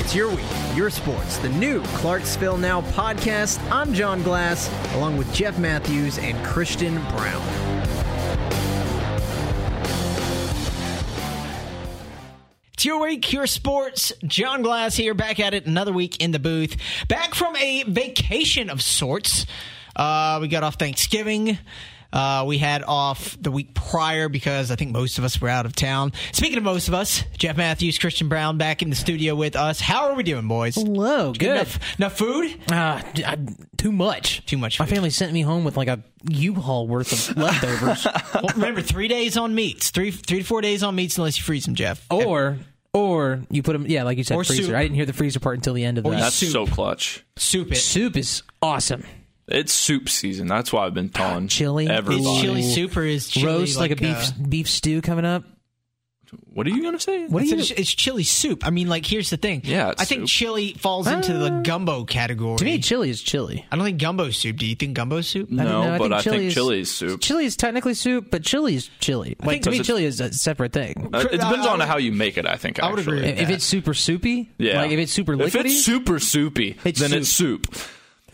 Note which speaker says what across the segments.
Speaker 1: It's your week, your sports, the new Clarksville Now podcast. I'm John Glass, along with Jeff Matthews and Christian Brown. It's your week, your sports. John Glass here, back at it another week in the booth. Back from a vacation of sorts. Uh, we got off Thanksgiving. Uh, we had off the week prior because I think most of us were out of town. Speaking of most of us, Jeff Matthews, Christian Brown back in the studio with us. How are we doing, boys?
Speaker 2: Hello, good.
Speaker 1: Enough, enough food?
Speaker 2: Uh, d- I- too much.
Speaker 1: Too much
Speaker 2: My
Speaker 1: food.
Speaker 2: family sent me home with like a U-Haul worth of leftovers,
Speaker 1: Well, remember, three days on meats. Three, three to four days on meats unless you freeze them, Jeff.
Speaker 2: or or you put them. Yeah, like you said,
Speaker 1: Or
Speaker 2: freezer.
Speaker 1: soup.
Speaker 2: I didn't hear the freezer part until the end of that.
Speaker 3: That's
Speaker 1: soup.
Speaker 3: so clutch.
Speaker 1: Soup it.
Speaker 2: soup is awesome.
Speaker 3: It's soup season. That's why I've been telling
Speaker 2: Chili.
Speaker 3: everybody.
Speaker 1: Is
Speaker 2: Ooh.
Speaker 1: chili soup or is chili
Speaker 2: Roast like, a beef
Speaker 1: uh,
Speaker 2: beef stew coming up.
Speaker 3: What are you gonna say?
Speaker 2: What
Speaker 1: it's,
Speaker 2: do you?
Speaker 1: it's chili soup. I mean, like, here's the thing.
Speaker 3: Yeah, it's
Speaker 1: I think
Speaker 3: soup.
Speaker 1: chili falls into the gumbo category.
Speaker 2: Ah. To me, Mm. chili is chili.
Speaker 1: I don't think gumbo soup. Do you think gumbo soup?
Speaker 2: I don't
Speaker 3: No,
Speaker 2: know.
Speaker 3: but I think
Speaker 2: is-
Speaker 3: chili is soup.
Speaker 2: Chili is technically soup, but chili is chili. Like
Speaker 3: think-
Speaker 2: to me,
Speaker 3: does it-
Speaker 2: chili is a separate thing.
Speaker 3: Uh, it depends
Speaker 1: I- I
Speaker 3: on
Speaker 1: would-
Speaker 3: how you make it. I think
Speaker 1: I would agree
Speaker 3: actually.
Speaker 1: with
Speaker 2: If it's super soupy,
Speaker 3: Yeah.
Speaker 2: like if it's super liquidy,
Speaker 3: If it's super soupy,
Speaker 2: It's
Speaker 3: then it's soup.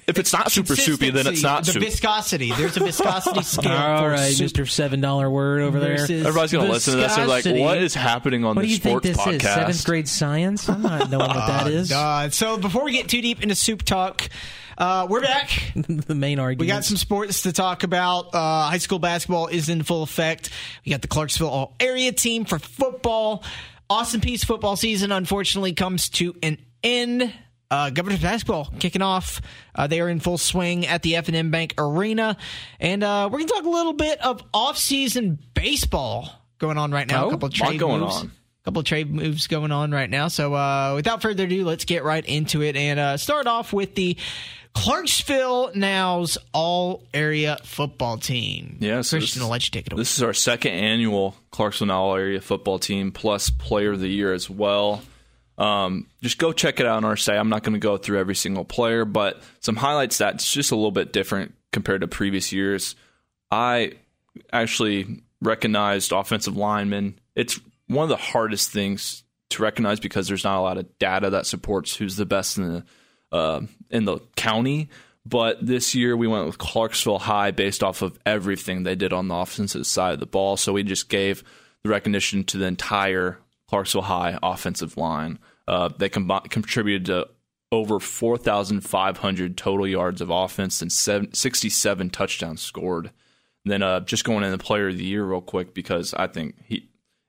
Speaker 3: If it's, not super soupy, then it's
Speaker 1: Consistency,
Speaker 3: not
Speaker 1: the
Speaker 3: soup.
Speaker 1: viscosity. There's a viscosity scale.
Speaker 2: all
Speaker 1: for
Speaker 2: right,
Speaker 1: soup
Speaker 2: Mister Seven Dollar Word over there.
Speaker 1: versus-
Speaker 3: Everybody's gonna listen to this. and They're
Speaker 2: viscosity.
Speaker 3: like, "What is happening on
Speaker 2: What do
Speaker 3: this
Speaker 2: you think
Speaker 3: sports
Speaker 2: this is?
Speaker 3: podcast?"
Speaker 2: Seventh grade science? I'm not knowing what that is.
Speaker 1: Uh, so before we get too deep into soup talk, uh, we're back.
Speaker 2: the main argument.
Speaker 1: We got some sports to talk about. Uh, high school basketball is in full effect. We got the Clarksville All Area team for football. Austin Peay's football season unfortunately comes to an end. Uh, Governor's basketball kicking off. Uh, they are in full swing at the F&M Bank Arena, and uh, we're gonna talk a little bit of off-season baseball going on right now.
Speaker 2: Oh,
Speaker 1: a couple of
Speaker 3: lot
Speaker 1: trade
Speaker 3: going
Speaker 1: moves.
Speaker 3: on.
Speaker 1: Couple of trade moves going on right now. So, uh, without further ado, let's get right into it and uh, start off with the Clarksville Now's All Area Football Team.
Speaker 3: Yeah, so
Speaker 1: Christian,
Speaker 3: this-
Speaker 1: I'll let you take it away.
Speaker 3: This is our second annual Clarksville All Area Football Team plus Player of the Year as well. Um, just go check it out on our site. I'm not going to go through every single player, but some highlights that's just a little bit different compared to previous years. I actually recognized offensive linemen. It's one of the hardest things to recognize because there's not a lot of data that supports who's the best in the uh, in the county. But this year we went with Clarksville High based off of everything they did on the offensive side of the ball. So we just gave the recognition to the entire Clarksville High offensive line. Uh, they combi- contributed to over 4,500 total yards of offense and seven, 67 touchdowns scored. And then uh, just going in the player of the year real quick because I think he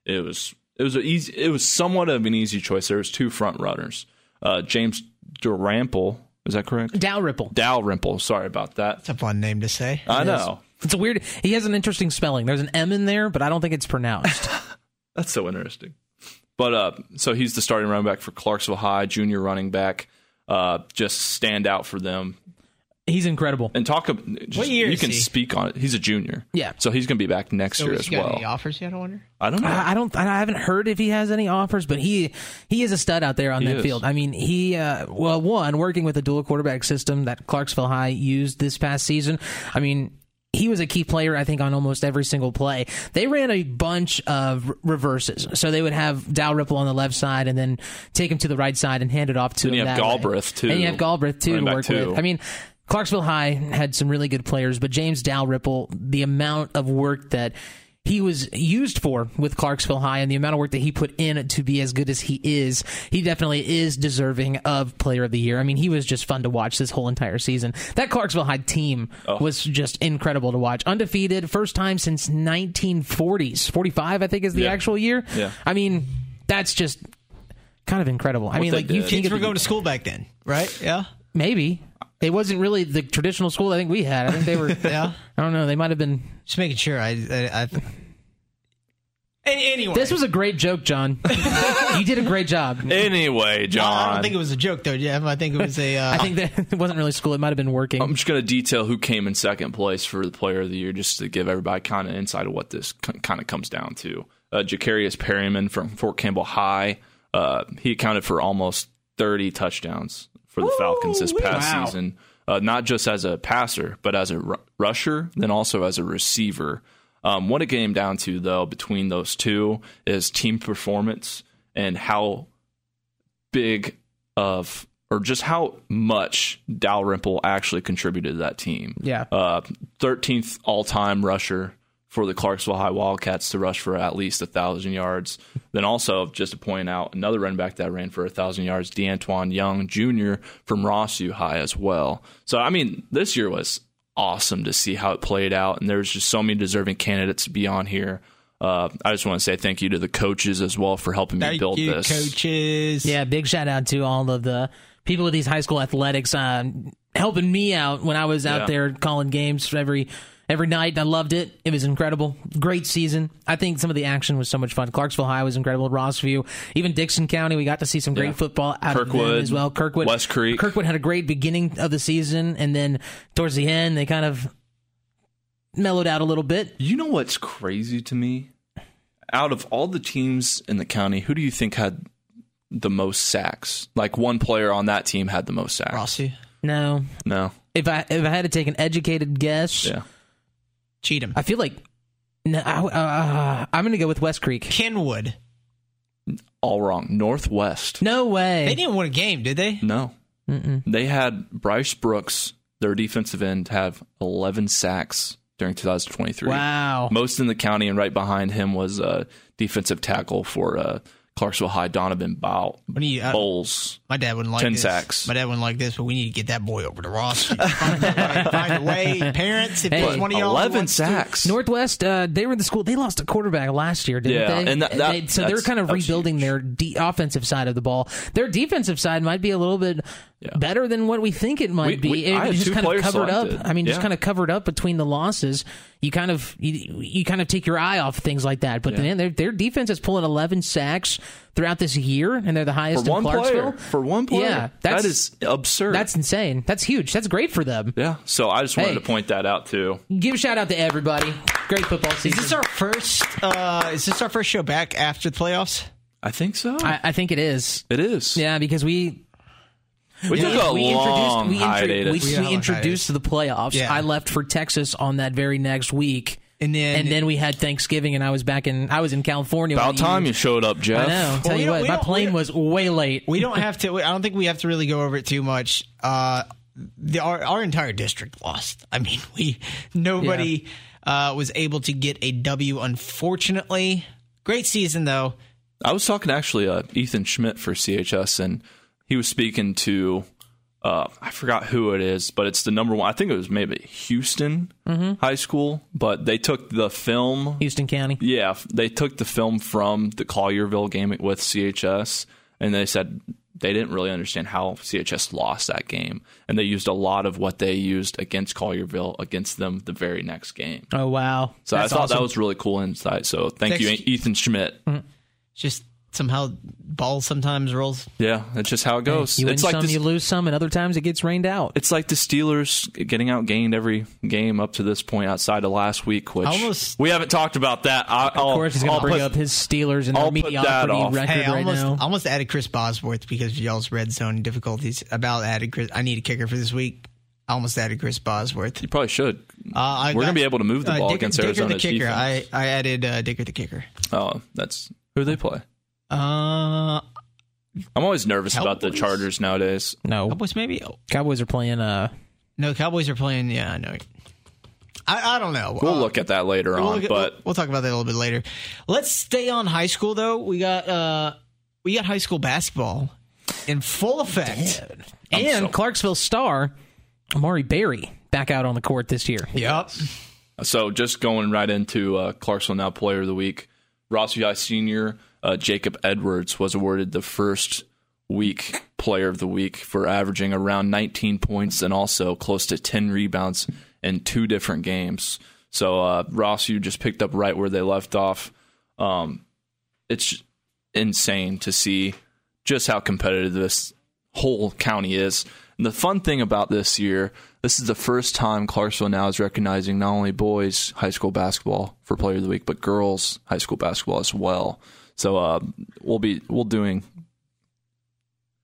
Speaker 3: it was it was a easy it was somewhat of an easy choice. There was two front runners. Uh, James Durample, is that correct?
Speaker 2: Dalrymple.
Speaker 3: Dalrymple, sorry about that.
Speaker 1: It's a fun name to say.
Speaker 3: I know.
Speaker 2: It's a weird. He has an interesting spelling. There's an M in there, but I don't think it's pronounced.
Speaker 3: That's so interesting. But uh, so he's the starting running back for Clarksville High, junior running back. Uh, just stand out for them
Speaker 2: He's incredible.
Speaker 3: and talk. ab- Just,
Speaker 1: What year
Speaker 3: you
Speaker 1: is
Speaker 3: can
Speaker 1: he?
Speaker 3: speak on it. He's a junior,
Speaker 2: Yeah.
Speaker 3: So he's going to be back next
Speaker 1: So,
Speaker 3: year
Speaker 1: has
Speaker 3: as
Speaker 1: he got any
Speaker 3: well.
Speaker 1: offers yet? I wonder.
Speaker 3: I don't know.
Speaker 2: I I don't. I haven't heard if he has any offers, but he he is a stud out there on that
Speaker 3: is.
Speaker 2: field. I mean, he uh, well, one working with a dual quarterback system that Clarksville High used this past season. I mean. He was a key player, I think, on almost every single play. They ran a bunch of re- reverses, so they would have Dalrymple on the left side, and then take him to the right side and hand it off to
Speaker 3: Then
Speaker 2: him.
Speaker 3: you have
Speaker 2: that way.
Speaker 3: Galbraith, too.
Speaker 2: and you have Galbraith too to
Speaker 3: Running back,
Speaker 2: work
Speaker 3: too.
Speaker 2: with. I mean, Clarksville High had some really good players, but James Dalrymple, the amount of work that he was used for with Clarksville High and the amount of work that he put in to be as good as he is, he definitely is deserving of Player of the Year. I mean, he was just fun to watch this whole entire season. That Clarksville High team
Speaker 3: Oh.
Speaker 2: was just incredible to watch. Undefeated, first time since 1940s, 45, I think, is the
Speaker 3: Yeah.
Speaker 2: actual year.
Speaker 3: Yeah.
Speaker 2: I mean, that's just kind of incredible. I mean,
Speaker 3: they
Speaker 2: like you
Speaker 3: did.
Speaker 2: think
Speaker 1: Kids
Speaker 2: of
Speaker 1: were
Speaker 2: the-
Speaker 1: going to school back then, right? Yeah.
Speaker 2: Maybe it wasn't really the traditional school I think we had. I think they were.
Speaker 1: Yeah.
Speaker 2: I don't know. They might have been.
Speaker 1: Just making sure. I. I, I A- anyway,
Speaker 2: This was a great joke, John. you did a great job.
Speaker 3: Anyway, John,
Speaker 1: I don't think it was a joke though, Jeff. I think it was a. Uh,
Speaker 2: I think that it wasn't really school. It might have been working.
Speaker 3: I'm just going to detail who came in second place for the player of the year just to give everybody kind of insight of what this kind of comes down to. Uh, Jacarius Perryman from Fort Campbell High, uh, he accounted for almost 30 touchdowns for the Falcons this past
Speaker 2: Wow.
Speaker 3: season, uh, not just as a passer, but as a ru- rusher, then also as a receiver. Um, what it came down to, though, between those two is team performance and how big of or just how much Dalrymple actually contributed to that team.
Speaker 2: Yeah.
Speaker 3: Uh, 13th all time rusher for the Clarksville High Wildcats to rush for at least 1,000 yards. Then also, just to point out, another running back that ran for 1,000 yards, DeAntoine Young Jr. from Ross U High as well. So, I mean, this year was awesome to see how it played out. And there's just so many deserving candidates to be on here. Uh, I just want to say thank you to the coaches as well for helping me
Speaker 1: Thank
Speaker 3: build
Speaker 1: you,
Speaker 3: this.
Speaker 1: coaches.
Speaker 2: Yeah, big shout out to all of the people at these high school athletics um, helping me out when I was out
Speaker 3: Yeah.
Speaker 2: there calling games for every every night. I loved it. It was incredible. Great season. I think some of the action was so much fun. Clarksville High was incredible. Rossview, even Dixon County, we got to see some great
Speaker 3: Yeah.
Speaker 2: football out of them
Speaker 3: Kirkwood,
Speaker 2: as well. Kirkwood,
Speaker 3: West Creek.
Speaker 2: Kirkwood had a great beginning of the season, and then towards the end, they kind of mellowed out a little bit.
Speaker 3: You know what's crazy to me? Out of all the teams in the county, who do you think had the most sacks? Like one player on that team had the most sacks.
Speaker 1: Rossi,
Speaker 2: No,
Speaker 3: No.
Speaker 2: if I if I had to take an educated guess,
Speaker 3: Yeah.
Speaker 1: Cheatham,
Speaker 2: I feel like no, I, uh, I'm going to go with West Creek.
Speaker 1: Kenwood.
Speaker 3: All wrong. Northwest.
Speaker 2: No
Speaker 1: They
Speaker 2: way.
Speaker 1: didn't win a game, did they?
Speaker 3: No. They had Bryce Brooks, their defensive end, have 11 sacks during 2023.
Speaker 2: Wow.
Speaker 3: Most in the county, and right behind him was uh, defensive tackle for uh, Clarksville High, Donovan Bow-
Speaker 1: What do you- uh, I-
Speaker 3: Bowles.
Speaker 1: My dad wouldn't like
Speaker 3: Ten
Speaker 1: this.
Speaker 3: sacks.
Speaker 1: My dad wouldn't like this, but we need to get that boy over to Ross. find, a way, find a way. Parents, if
Speaker 2: Hey,
Speaker 1: there's one of y'all. that
Speaker 3: 11
Speaker 1: wants to-
Speaker 3: sacks.
Speaker 2: Northwest, uh, they were the school. They lost a quarterback last year, didn't
Speaker 3: Yeah,
Speaker 2: they?
Speaker 3: and that- that-
Speaker 2: They- so they're
Speaker 3: that's-
Speaker 2: kind of
Speaker 3: that's
Speaker 2: rebuilding
Speaker 3: huge.
Speaker 2: their de- offensive side of the ball. Their defensive side might be a little bit
Speaker 3: Yeah.
Speaker 2: better than what we think it might
Speaker 3: We-
Speaker 2: be.
Speaker 3: we-
Speaker 2: it
Speaker 3: I had
Speaker 2: just
Speaker 3: two
Speaker 2: kind of
Speaker 3: players
Speaker 2: covered up.
Speaker 3: selected.
Speaker 2: I mean, just
Speaker 3: Yeah.
Speaker 2: kind of covered up between the losses. You kind of you, you kind of take your eye off things like that. But then their their defense is pulling 11 sacks throughout this year, and they're the highest
Speaker 3: For one
Speaker 2: in Clarksville.
Speaker 3: player. For one player.
Speaker 2: Yeah,
Speaker 3: that
Speaker 2: that's-
Speaker 3: is absurd.
Speaker 2: That's insane. That's huge. That's great for them.
Speaker 3: Yeah. So I just wanted
Speaker 2: Hey.
Speaker 3: to point that out too.
Speaker 2: Give a shout out to everybody. Great football season.
Speaker 1: Is this our first? Uh, is this our first show back after the playoffs?
Speaker 3: I think so.
Speaker 2: I, I think it is.
Speaker 3: it is.
Speaker 2: Yeah, because we
Speaker 3: We took a
Speaker 2: we
Speaker 3: long
Speaker 2: introduced we, intro-
Speaker 3: hiatus.
Speaker 2: we,
Speaker 1: Yeah, long
Speaker 2: we
Speaker 1: hiatus.
Speaker 2: introduced to the playoffs.
Speaker 1: Yeah.
Speaker 2: I left for Texas on that very next week,
Speaker 1: And then-
Speaker 2: and then we had Thanksgiving, and I was back in I was in California. when
Speaker 3: About time you showed up,
Speaker 2: I
Speaker 3: Jeff.
Speaker 2: know. Tell
Speaker 1: we
Speaker 2: you
Speaker 1: don't-
Speaker 2: what,
Speaker 1: we
Speaker 2: my
Speaker 1: don't-
Speaker 2: plane
Speaker 1: we-
Speaker 2: was way late.
Speaker 1: We don't have to. I don't think we have to really go over it too much. Uh, the, our our entire district lost. I mean, we nobody uh, was able to get a W. Unfortunately, great season though.
Speaker 3: I was talking to actually uh, Ethan Schmidt for CHS, and he was speaking to uh, I forgot who it is, but it's the number one. I think it was maybe Houston
Speaker 2: Mm-hmm.
Speaker 3: High School, but they took the film
Speaker 2: Houston County.
Speaker 3: Yeah, f- they took the film from the Collierville game with CHS, and they said they didn't really understand how CHS lost that game, and they used a lot of what they used against Collierville against them the very next game.
Speaker 2: Oh wow!
Speaker 3: So
Speaker 2: That's
Speaker 3: I thought
Speaker 2: awesome. Mm-hmm.
Speaker 3: that was really cool insight. So thank you, E,
Speaker 1: Thanks.
Speaker 3: Ethan Schmidt.
Speaker 1: Just somehow ball sometimes rolls.
Speaker 3: Yeah, that's just how it goes.
Speaker 2: you win
Speaker 3: it's like
Speaker 2: some,
Speaker 3: the,
Speaker 2: you lose some, and other times it gets rained out.
Speaker 3: it's like the Steelers getting out gained every game up to this point outside of last week, which
Speaker 1: Almost-
Speaker 3: we haven't talked about that. I,
Speaker 2: Of
Speaker 3: I'll,
Speaker 2: course, he's going
Speaker 3: I'll
Speaker 2: to bring
Speaker 3: put-
Speaker 2: up his Steelers and
Speaker 3: I'll
Speaker 2: their
Speaker 3: put that
Speaker 2: mediocrity
Speaker 3: off.
Speaker 2: record
Speaker 1: Hey, I
Speaker 2: right
Speaker 1: almost,
Speaker 2: now.
Speaker 1: I almost added Chris Bosworth because of y'all's red zone difficulties. About added Chris, I need a kicker for this week. I almost added Chris Bosworth.
Speaker 3: you probably should.
Speaker 1: Uh, I
Speaker 3: We're
Speaker 1: got-
Speaker 3: gonna be able to move the
Speaker 1: uh,
Speaker 3: ball
Speaker 1: Dicker-
Speaker 3: against
Speaker 1: Dicker
Speaker 3: Arizona's
Speaker 1: the kicker.
Speaker 3: defense.
Speaker 1: I I added uh, Dicker the kicker.
Speaker 3: Oh, that's who they play.
Speaker 1: Uh,
Speaker 3: I'm always nervous about the
Speaker 1: Cowboys?
Speaker 3: Chargers nowadays.
Speaker 2: no,
Speaker 1: Cowboys maybe. Oh,
Speaker 2: Cowboys are playing. Uh,
Speaker 1: no, Cowboys are playing. Yeah, I know. I I don't know.
Speaker 3: We'll
Speaker 1: Uh,
Speaker 3: look at that later
Speaker 1: we'll
Speaker 3: on,
Speaker 1: look at-
Speaker 3: but
Speaker 1: we'll talk about that a little bit later. Let's stay on high school though. We got uh we got high school basketball in full effect.
Speaker 2: and
Speaker 3: so-
Speaker 2: Clarksville star Amari Berry back out on the court this year.
Speaker 1: Yep.
Speaker 3: so just going right into uh, Clarksville now Player of the Week, Ross High Senior uh, Jacob Edwards was awarded the first week Player of the Week for averaging around 19 points and also close to 10 rebounds in two different games. So uh, Ross U just picked up right where they left off. Um, it's insane to see just how competitive this whole county is. And the fun thing about this year, this is the first time Clarksville now is recognizing not only boys high school basketball for Player of the Week, but girls high school basketball as well. So uh, we'll be we'll doing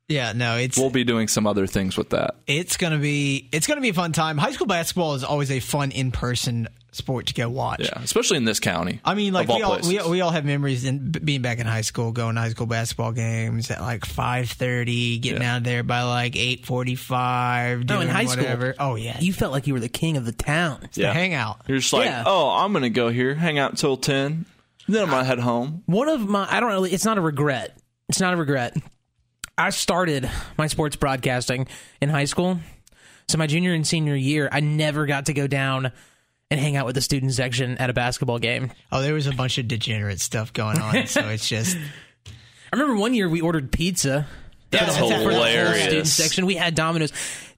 Speaker 1: Yeah, no, it's
Speaker 3: we'll be doing some other things with that.
Speaker 1: it's gonna be it's gonna be a fun time. High school basketball is always a fun in person sport to go watch.
Speaker 3: Yeah, especially in this county.
Speaker 1: I mean, like
Speaker 3: of all
Speaker 1: we all, we,
Speaker 3: places.
Speaker 1: we all have memories in b- being back in high school, going to high school basketball games at like five thirty, getting
Speaker 3: Yeah.
Speaker 1: out of there by like eight forty five.
Speaker 2: No, in high school.
Speaker 1: whatever. Oh yeah,
Speaker 2: You felt like you were the king of the town.
Speaker 1: the hangout.
Speaker 3: You're just like,
Speaker 2: Yeah.
Speaker 3: oh, I'm gonna go here, hang out until ten, then I'm gonna head home.
Speaker 2: One of my, I don't know, it's not a regret. It's not a regret. I started my sports broadcasting in high school. So my junior and senior year, I never got to go down and hang out with the student section at a basketball game.
Speaker 1: Oh, there was a bunch of degenerate stuff going on, so it's just
Speaker 2: I remember one year we ordered pizza.
Speaker 3: That's
Speaker 1: that's-
Speaker 2: for the whole student
Speaker 3: hilarious.
Speaker 2: section. We had Domino's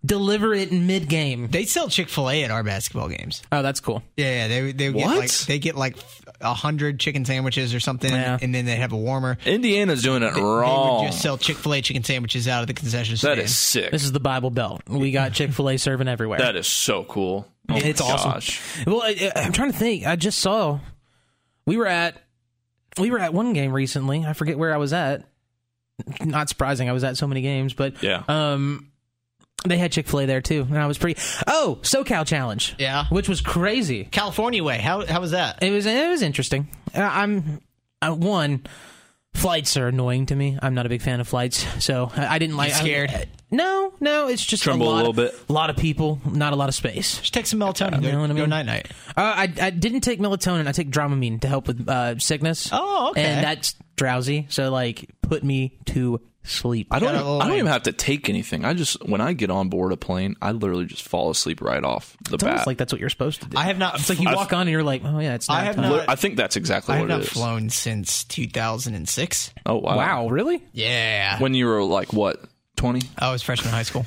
Speaker 2: deliver it mid game.
Speaker 1: they sell Chick Fil A at our basketball games.
Speaker 2: Oh, that's cool.
Speaker 1: Yeah, yeah they they get
Speaker 3: What?
Speaker 1: like they get like a hundred chicken sandwiches or something,
Speaker 2: Yeah.
Speaker 1: and then they have a warmer.
Speaker 3: Indiana's doing it
Speaker 1: They
Speaker 3: wrong.
Speaker 1: would just sell Chick Fil A chicken sandwiches out of the concession stand.
Speaker 3: That is sick.
Speaker 2: This is the Bible Belt. We got Chick Fil A serving everywhere.
Speaker 3: that is so cool. Oh my
Speaker 2: It's awesome.
Speaker 3: gosh.
Speaker 2: well, I, I'm trying to think. I just saw we were at we were at one game recently. I forget where I was at. Not surprising. I was at so many games, but
Speaker 3: Yeah.
Speaker 2: Um, they had Chick Fil A there too, and I was pretty. Oh, SoCal Challenge.
Speaker 1: Yeah.
Speaker 2: which was crazy.
Speaker 1: California way. How how was that?
Speaker 2: It was it was interesting. Uh, I'm uh, one. Flights are annoying to me. I'm not a big fan of flights, so I, I didn't like. I-
Speaker 1: scared?
Speaker 2: no, no. It's just
Speaker 3: Tremble
Speaker 2: a,
Speaker 3: a
Speaker 2: lot
Speaker 3: little
Speaker 2: of,
Speaker 3: bit.
Speaker 2: A lot of people, not a lot of space.
Speaker 1: Just take some melatonin.
Speaker 2: You know
Speaker 1: Go,
Speaker 2: what I
Speaker 1: go
Speaker 2: mean?
Speaker 1: night night.
Speaker 2: Uh, I I didn't take melatonin. I take Dramamine to help with uh, sickness.
Speaker 1: Oh, okay.
Speaker 2: And that's drowsy. So like, put me to sleep.
Speaker 3: I don't.
Speaker 1: Got a
Speaker 3: Even,
Speaker 1: little
Speaker 3: I don't even
Speaker 1: lame.
Speaker 3: have to take anything. I just when I get on board a plane, I literally just fall asleep right off the
Speaker 2: It's almost
Speaker 3: bat.
Speaker 2: like that's what you're supposed to do.
Speaker 1: I have not.
Speaker 2: It's like you walk on and you're like, oh yeah, it's.
Speaker 1: I have
Speaker 2: nighttime.
Speaker 1: not-
Speaker 3: Lit- I think that's exactly
Speaker 1: I have
Speaker 3: what it
Speaker 1: not
Speaker 3: is.
Speaker 1: flown since 2006.
Speaker 3: Oh wow.
Speaker 2: Wow, really?
Speaker 1: Yeah.
Speaker 3: When you were like what twenty?
Speaker 1: I was freshman in high school.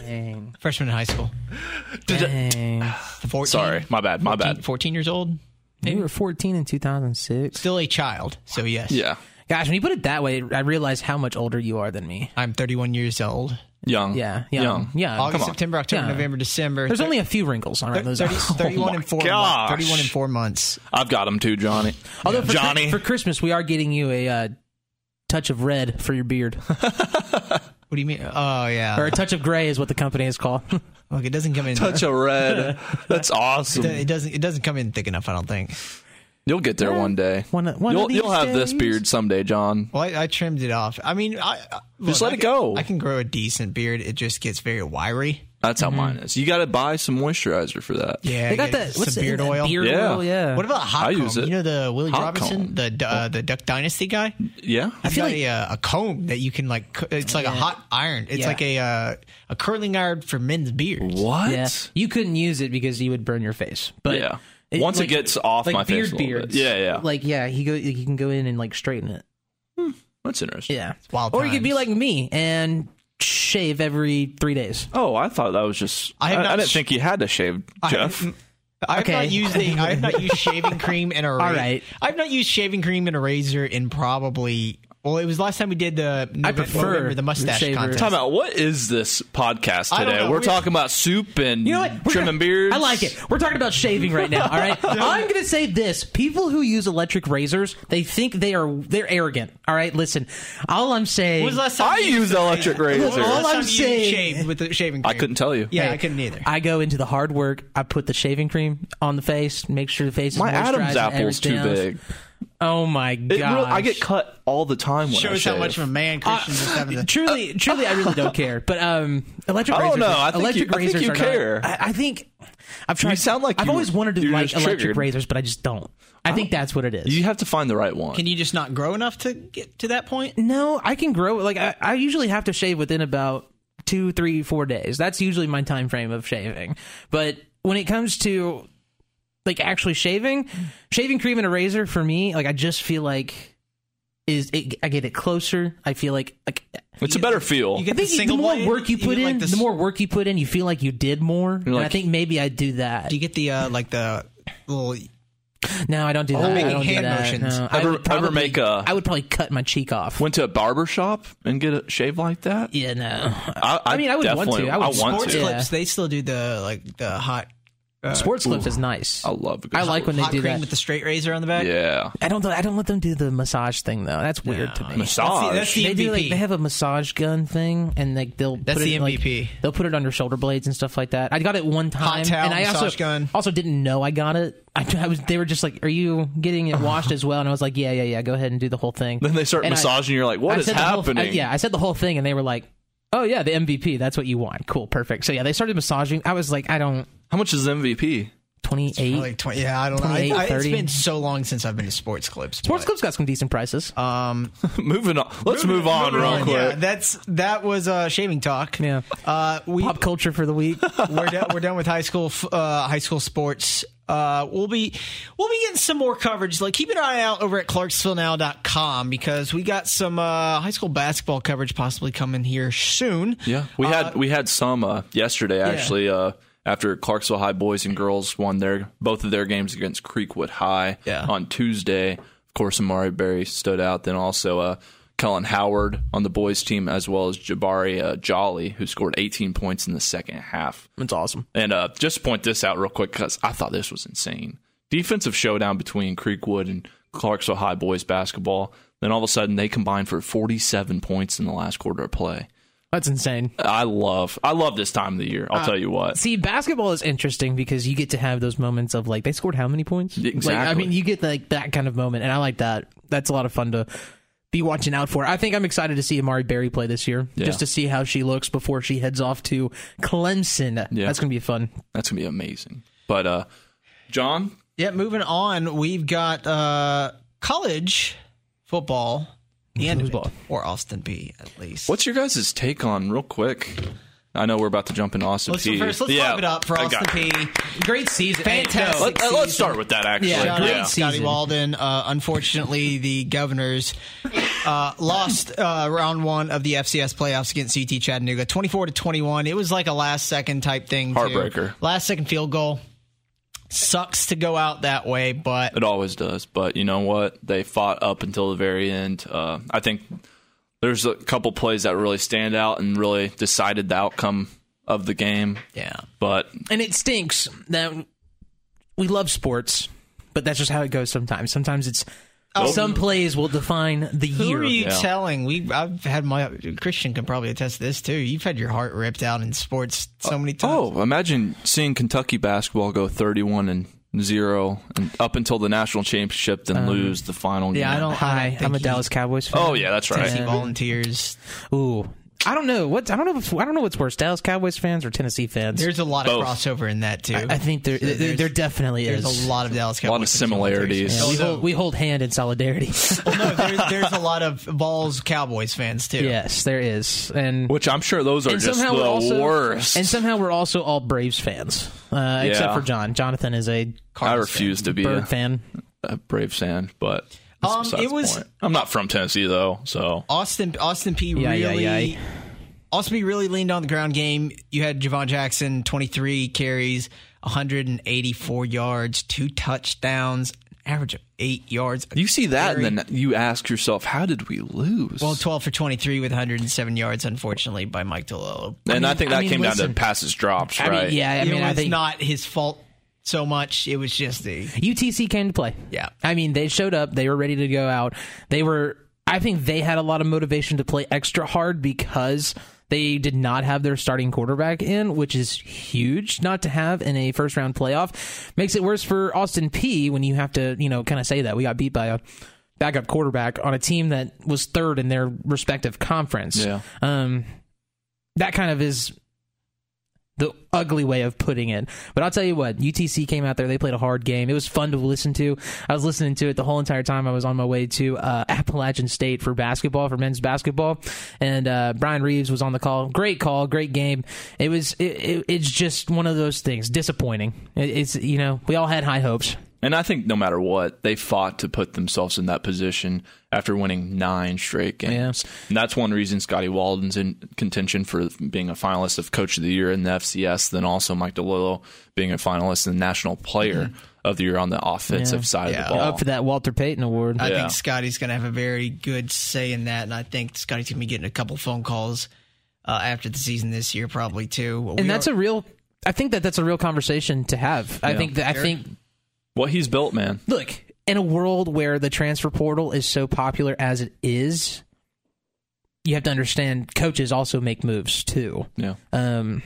Speaker 2: Dang.
Speaker 1: freshman in high school.
Speaker 2: Dang.
Speaker 1: 14,
Speaker 3: Sorry, my bad, my
Speaker 1: 14,
Speaker 3: bad.
Speaker 1: 14 years old.
Speaker 2: you were 14 in 2006.
Speaker 1: Still a child. So, yes.
Speaker 3: Yeah,
Speaker 2: Gosh, when you put it that way, I realize how much older you are than me.
Speaker 1: I'm 31 years old.
Speaker 3: young.
Speaker 2: Yeah, yeah,
Speaker 3: young.
Speaker 2: yeah.
Speaker 1: August,
Speaker 3: Uh, on.
Speaker 1: September, October,
Speaker 2: Yeah.
Speaker 1: November, December.
Speaker 2: There's
Speaker 1: Thir-
Speaker 2: only a few wrinkles around those.
Speaker 1: 30, 31 and four
Speaker 3: Oh gosh.
Speaker 1: months. 31 and four months.
Speaker 3: I've got him too, Johnny.
Speaker 2: Although for,
Speaker 3: Johnny,
Speaker 2: for Christmas, we are getting you a uh, touch of red for your beard,
Speaker 1: What do you mean? Oh, yeah.
Speaker 2: or a touch of gray is what the company is called.
Speaker 1: Look, it doesn't come in.
Speaker 3: touch of red. That's awesome.
Speaker 1: it doesn't. It doesn't come in thick enough. I don't think.
Speaker 3: You'll get there one day.
Speaker 2: One- one of
Speaker 3: you'll
Speaker 2: these
Speaker 3: you'll have this
Speaker 2: days.
Speaker 3: beard someday, John.
Speaker 1: Well, I, I trimmed it off. I mean, I, I look,
Speaker 3: Just let
Speaker 1: I can-
Speaker 3: it go.
Speaker 1: I can grow a decent beard. It just gets very wiry.
Speaker 3: That's how
Speaker 2: Mm-hmm.
Speaker 3: mine is. You got to buy some moisturizer for that.
Speaker 1: Yeah,
Speaker 2: they got
Speaker 1: get
Speaker 2: that. What's
Speaker 1: some
Speaker 2: the-
Speaker 1: beard
Speaker 2: that
Speaker 1: oil?
Speaker 2: Beard
Speaker 3: Yeah.
Speaker 2: oil, yeah.
Speaker 1: What about a hot
Speaker 3: I
Speaker 1: comb?
Speaker 3: use it.
Speaker 1: you know the Willie
Speaker 3: Hot
Speaker 1: Robinson,
Speaker 3: comb.
Speaker 1: the uh, the Duck Dynasty guy.
Speaker 3: Yeah.
Speaker 1: I
Speaker 2: feel
Speaker 1: got
Speaker 2: like-
Speaker 1: a, uh, a comb that you can like. cu- It's like a hot iron. It's
Speaker 2: Yeah.
Speaker 1: like a uh, a curling iron for men's beards.
Speaker 3: What?
Speaker 2: Yeah. You couldn't use it because you would burn your face. But
Speaker 3: Yeah. Once it gets off
Speaker 2: like
Speaker 3: my
Speaker 2: beard
Speaker 3: face a little bit.
Speaker 2: beards.
Speaker 3: Yeah, yeah.
Speaker 2: Like yeah, he go you can go in and like straighten it.
Speaker 3: That's interesting.
Speaker 2: Yeah.
Speaker 1: wild
Speaker 2: or you could be
Speaker 1: times.
Speaker 2: like me and shave every 3 days.
Speaker 3: Oh, I thought that was just.
Speaker 1: I
Speaker 3: I,
Speaker 1: have
Speaker 3: I,
Speaker 1: not
Speaker 3: didn't
Speaker 1: sh-
Speaker 3: think you had to shave, Jeff.
Speaker 1: I've
Speaker 2: Okay.
Speaker 1: not used a, I've not used shaving cream and a razor.
Speaker 2: right.
Speaker 1: I've not used shaving cream and a razor in probably. Well, it was last time we did the. November-
Speaker 2: prefer
Speaker 1: November, the mustache
Speaker 2: shaver.
Speaker 1: contest.
Speaker 3: Time out. What is this podcast
Speaker 1: I don't
Speaker 3: today?
Speaker 1: know.
Speaker 3: We're
Speaker 1: We-
Speaker 3: talking about soup and
Speaker 2: You know what? We're
Speaker 3: trimming
Speaker 2: gonna-
Speaker 3: beards.
Speaker 2: I like it. We're talking about shaving right now. All right. I'm going to say this: people who use electric razors, they think they are they're arrogant. All right. Listen, all I'm saying.
Speaker 1: When was the last time
Speaker 3: I
Speaker 1: you
Speaker 3: use electric
Speaker 1: When was the
Speaker 3: razor.
Speaker 1: last
Speaker 2: All I'm
Speaker 1: time you
Speaker 2: saying-
Speaker 1: shaved with the shaving
Speaker 3: I
Speaker 1: cream?
Speaker 3: couldn't tell you.
Speaker 1: Yeah,
Speaker 2: Hey,
Speaker 1: I couldn't either.
Speaker 2: I go into the hard work. I put the shaving cream on the face, make sure the face. Is
Speaker 3: My
Speaker 2: moisturized
Speaker 3: Adam's
Speaker 2: and
Speaker 3: apple's too
Speaker 2: everything else.
Speaker 3: big.
Speaker 2: Oh my
Speaker 3: It
Speaker 2: god!
Speaker 3: really, I get cut all the time when I
Speaker 1: Shows
Speaker 3: shave.
Speaker 1: how much of a man Christian is having to
Speaker 2: truly, truly, I really don't care. But um, electric
Speaker 3: I
Speaker 2: razors.
Speaker 3: don't know.
Speaker 2: are-
Speaker 3: I think
Speaker 2: electric
Speaker 3: you- I think
Speaker 2: razors
Speaker 3: you
Speaker 2: are
Speaker 3: care.
Speaker 2: Not, I, I think I've tried.
Speaker 3: sound like
Speaker 2: I've
Speaker 3: you-
Speaker 2: always wanted to
Speaker 3: you're
Speaker 2: like
Speaker 3: just
Speaker 2: electric
Speaker 3: triggered.
Speaker 2: razors, but I just don't. I think that's what it is.
Speaker 3: You have to find the right one.
Speaker 1: Can you just not grow enough to get to that point?
Speaker 2: No, I can grow. Like I, I usually have to shave within about two, three, four days. That's usually my time frame of shaving. But when it comes to like actually shaving, shaving cream and a razor for me, like I just feel like is it, I get it closer. I feel like like
Speaker 3: it's a better feel.
Speaker 1: you
Speaker 2: I
Speaker 1: get-
Speaker 2: think
Speaker 1: the
Speaker 2: the,
Speaker 1: single
Speaker 2: more
Speaker 1: blade?
Speaker 2: work you
Speaker 1: You
Speaker 2: put
Speaker 1: mean
Speaker 2: in,
Speaker 1: like the s-
Speaker 2: the more work you put in, you feel like you did more. and I
Speaker 3: like-
Speaker 2: think maybe I do that.
Speaker 1: Do you get the uh, like the little?
Speaker 2: no, I don't do that.
Speaker 1: making
Speaker 2: I don't
Speaker 1: Oh, hand
Speaker 2: do that.
Speaker 1: motions.
Speaker 2: No, I
Speaker 3: Ever-
Speaker 2: would
Speaker 3: ever
Speaker 2: probably-
Speaker 3: make
Speaker 1: uh,
Speaker 3: a-
Speaker 2: I would probably cut my cheek off.
Speaker 3: Went to a barber shop and get a shave like that.
Speaker 2: yeah, no.
Speaker 3: I,
Speaker 2: mean, I would want
Speaker 3: definitely-
Speaker 2: to. I would
Speaker 3: want
Speaker 2: sports
Speaker 1: Sports
Speaker 3: to.
Speaker 2: it.
Speaker 1: clips. They still do the like the hot
Speaker 2: Sports clips is nice.
Speaker 1: Oh.
Speaker 3: I love. a good
Speaker 2: I like when they
Speaker 1: Hot
Speaker 2: do
Speaker 1: cream
Speaker 2: that.
Speaker 1: with the straight razor on the back.
Speaker 3: Yeah,
Speaker 2: I don't. I don't let them do the massage thing though. That's weird to me.
Speaker 1: That's
Speaker 3: massage.
Speaker 1: the, that's the
Speaker 2: they
Speaker 1: MVP.
Speaker 2: do like they have a massage gun thing, and like they'll
Speaker 1: That's
Speaker 2: put
Speaker 1: the
Speaker 2: it, like,
Speaker 1: MVP.
Speaker 2: they'll put it on your shoulder blades and stuff like that. I got it one time,
Speaker 1: towel,
Speaker 2: and I also
Speaker 1: massage gun.
Speaker 2: also didn't know I got it. I, I was they were just like, "Are you getting it washed as well?" And I was like, "Yeah, yeah, yeah. Go ahead and do the whole thing."
Speaker 3: then they start
Speaker 2: And I-
Speaker 3: massaging. you're like, what
Speaker 2: I
Speaker 3: is
Speaker 2: said the whole-
Speaker 3: happening?
Speaker 2: I- yeah, I said the whole thing, and they were like, "Oh yeah, the MVP. That's what you want. Cool, perfect." So yeah, they started massaging. I was like, I don't
Speaker 3: How much is MVP?
Speaker 2: twenty eight.
Speaker 1: Like 20, yeah, I don't know. I,
Speaker 2: 28,
Speaker 1: I, it's
Speaker 2: 30.
Speaker 1: been so long since I've been to sports clips.
Speaker 2: Sports Club's got some decent prices.
Speaker 1: Uh,
Speaker 3: Moving on. Let's move on real quick.
Speaker 1: Yeah, that's that was uh, shaving talk.
Speaker 2: Yeah.
Speaker 1: uh, we
Speaker 2: Pop culture for the week.
Speaker 1: we're done, we're done with high school f- uh, high school sports. Uh, we'll be we'll be getting some more coverage. Like keep an eye out over at ClarksvilleNow.com because we got some uh, high school basketball coverage possibly coming here soon.
Speaker 3: Yeah, we had we had some uh, yesterday actually. Uh, after Clarksville High boys and girls won their both of their games against Creekwood High
Speaker 1: Yeah.
Speaker 3: on Tuesday, of course, Amari Berry stood out. Then also uh, Kellen Howard on the boys team, as well as Jabari uh, Jolly, who scored 18 points in the second half.
Speaker 2: It's awesome.
Speaker 3: And uh, just to point this out real quick because I thought this was insane. Defensive showdown between Creekwood and Clarksville High boys basketball. Then all of a sudden they combined for 47 points in the last quarter of play.
Speaker 2: That's insane.
Speaker 3: I love I love this time of the year. I'll tell you what.
Speaker 2: See, basketball is interesting because you get to have those moments of like they scored how many points?
Speaker 3: Exactly.
Speaker 2: Like, I mean, you get like that kind of moment, and I like that. That's a lot of fun to be watching out for. I think I'm excited to see Amari Berry play this year,
Speaker 3: Yeah.
Speaker 2: just to see how she looks before she heads off to Clemson. That's gonna be fun.
Speaker 3: That's gonna be amazing. But uh John,
Speaker 1: Yeah, moving on, we've got uh, college football. The end of it,
Speaker 2: Football.
Speaker 1: or Austin B at least.
Speaker 3: what's your guys' take on real quick? I know we're about to jump into Austin
Speaker 1: Let's
Speaker 3: P.
Speaker 1: go first. Let's
Speaker 3: Yeah,
Speaker 1: wrap it up for
Speaker 3: I got
Speaker 1: Austin
Speaker 3: it.
Speaker 1: P.
Speaker 2: Great season,
Speaker 1: Fantastic.
Speaker 3: Let,
Speaker 1: Six
Speaker 3: us start with that actually.
Speaker 2: Yeah,
Speaker 1: Shout out
Speaker 2: great
Speaker 1: to
Speaker 3: yeah.
Speaker 1: Scotty
Speaker 2: season.
Speaker 1: Walden. Uh, unfortunately, the Governors uh, lost uh, round one of the FCS playoffs against CT Chattanooga, twenty-four to twenty-one. It was like a last-second type thing. too.
Speaker 3: Heartbreaker.
Speaker 1: Last-second field goal. Sucks to go out that way, but
Speaker 3: It always does, but you know what? They fought up until the very end. Uh, I think there's a couple plays that really stand out and really decided the outcome of the game.
Speaker 1: yeah,
Speaker 3: But
Speaker 2: and it stinks that we love sports, but that's just how it goes sometimes. Sometimes it's some plays will define the
Speaker 1: Oh. who
Speaker 2: year.
Speaker 1: are you
Speaker 3: Yeah.
Speaker 1: telling? We I've had my Christian can probably attest to this too. You've had your heart ripped out in sports so many times.
Speaker 3: oh, imagine seeing Kentucky basketball go 31 and zero and up until the national championship, then lose the final game.
Speaker 1: I don't-
Speaker 2: Hi,
Speaker 1: think
Speaker 2: I'm a
Speaker 1: he-
Speaker 2: Dallas Cowboys fan.
Speaker 3: Oh yeah, that's right.
Speaker 1: Tennessee Volunteers.
Speaker 2: Ooh, I don't know what I don't know. If, I don't know what's worse, Dallas Cowboys fans or Tennessee fans.
Speaker 1: There's a lot of
Speaker 3: Both.
Speaker 1: crossover in that too.
Speaker 2: I think there, there,
Speaker 1: there's-
Speaker 2: there definitely
Speaker 1: There's
Speaker 2: is
Speaker 1: a lot of Dallas Cowboys.
Speaker 3: lot of similarities.
Speaker 2: Yeah, we,
Speaker 1: Also-
Speaker 2: hold, we hold hand in solidarity.
Speaker 1: no, there's, there's a lot of Vols Cowboys fans too.
Speaker 2: yes, there is, and
Speaker 3: Which I'm sure those are
Speaker 2: and
Speaker 3: just the
Speaker 2: somehow we're also
Speaker 3: worst.
Speaker 2: and somehow we're also all Braves fans, uh, except
Speaker 3: Yeah.
Speaker 2: for John. Jonathan is a
Speaker 3: I refuse to be
Speaker 2: Bird
Speaker 3: a,
Speaker 2: fan.
Speaker 3: a Brave uh, fan, but that's
Speaker 1: Um,
Speaker 3: besides
Speaker 1: it
Speaker 3: the
Speaker 1: was-
Speaker 3: point. I'm not from Tennessee though, so
Speaker 1: Austin Austin P
Speaker 2: Yeah, yeah,
Speaker 1: really
Speaker 2: yeah.
Speaker 1: Austin P really leaned on the ground game. You had Javon Jackson, 23 carries, 184 yards, two touchdowns, average of eight yards.
Speaker 3: you see that, and then you ask yourself, how did we lose?
Speaker 1: well, 12 for 23 with 107 yards, unfortunately, by Mike DeLillo.
Speaker 3: and I think
Speaker 2: I
Speaker 3: that
Speaker 2: mean,
Speaker 3: came down
Speaker 2: listen.
Speaker 3: to passes drops,
Speaker 2: I
Speaker 3: right?
Speaker 2: mean, yeah, I
Speaker 1: I
Speaker 2: mean,
Speaker 1: it
Speaker 2: I
Speaker 1: was
Speaker 2: think
Speaker 1: not his fault so much. It was just the
Speaker 2: UTC came to play.
Speaker 1: Yeah.
Speaker 2: I mean, they showed up. They were ready to go out. They were, I think they had a lot of motivation to play extra hard because they did not have their starting quarterback in, which is huge not to have in a first round playoff. Makes it worse for Austin P when you have to, you know, kind of say that we got beat by a backup quarterback on a team that was third in their respective conference.
Speaker 3: Yeah.
Speaker 2: Um, that kind of is the ugly way of putting it. But I'll tell you what, UTC came out there. They played a hard game. It was fun to listen to. I was listening to it the whole entire time I was on my way to uh, Appalachian State for basketball, for men's basketball. And uh, Brian Reeves was on the call. Great call, great game. It was. It, it, it's just one of those things. Disappointing. It, it's you know we all had high hopes.
Speaker 3: And I think no matter what, they fought to put themselves in that position after winning nine straight games. And that's one reason Scotty Walden's in contention for being a finalist of Coach of the Year in the FCS, then also Mike DeLillo being a finalist and National Player of the Year on the offensive side
Speaker 1: Yeah.
Speaker 3: of the ball.
Speaker 2: Mm-hmm. Up for that Walter Payton award.
Speaker 1: I
Speaker 3: Yeah.
Speaker 1: think Scotty's going to have a very good say in that, and I think Scotty's going to be getting a couple phone calls uh, after the season this year, probably too.
Speaker 2: and that's a real I think that that's a real conversation to have. I
Speaker 3: Yeah.
Speaker 2: think that I think
Speaker 3: What he's built, man.
Speaker 2: look in a world where the transfer portal is so popular as it is, you have to understand coaches also make moves too.
Speaker 3: Yeah.
Speaker 2: Um,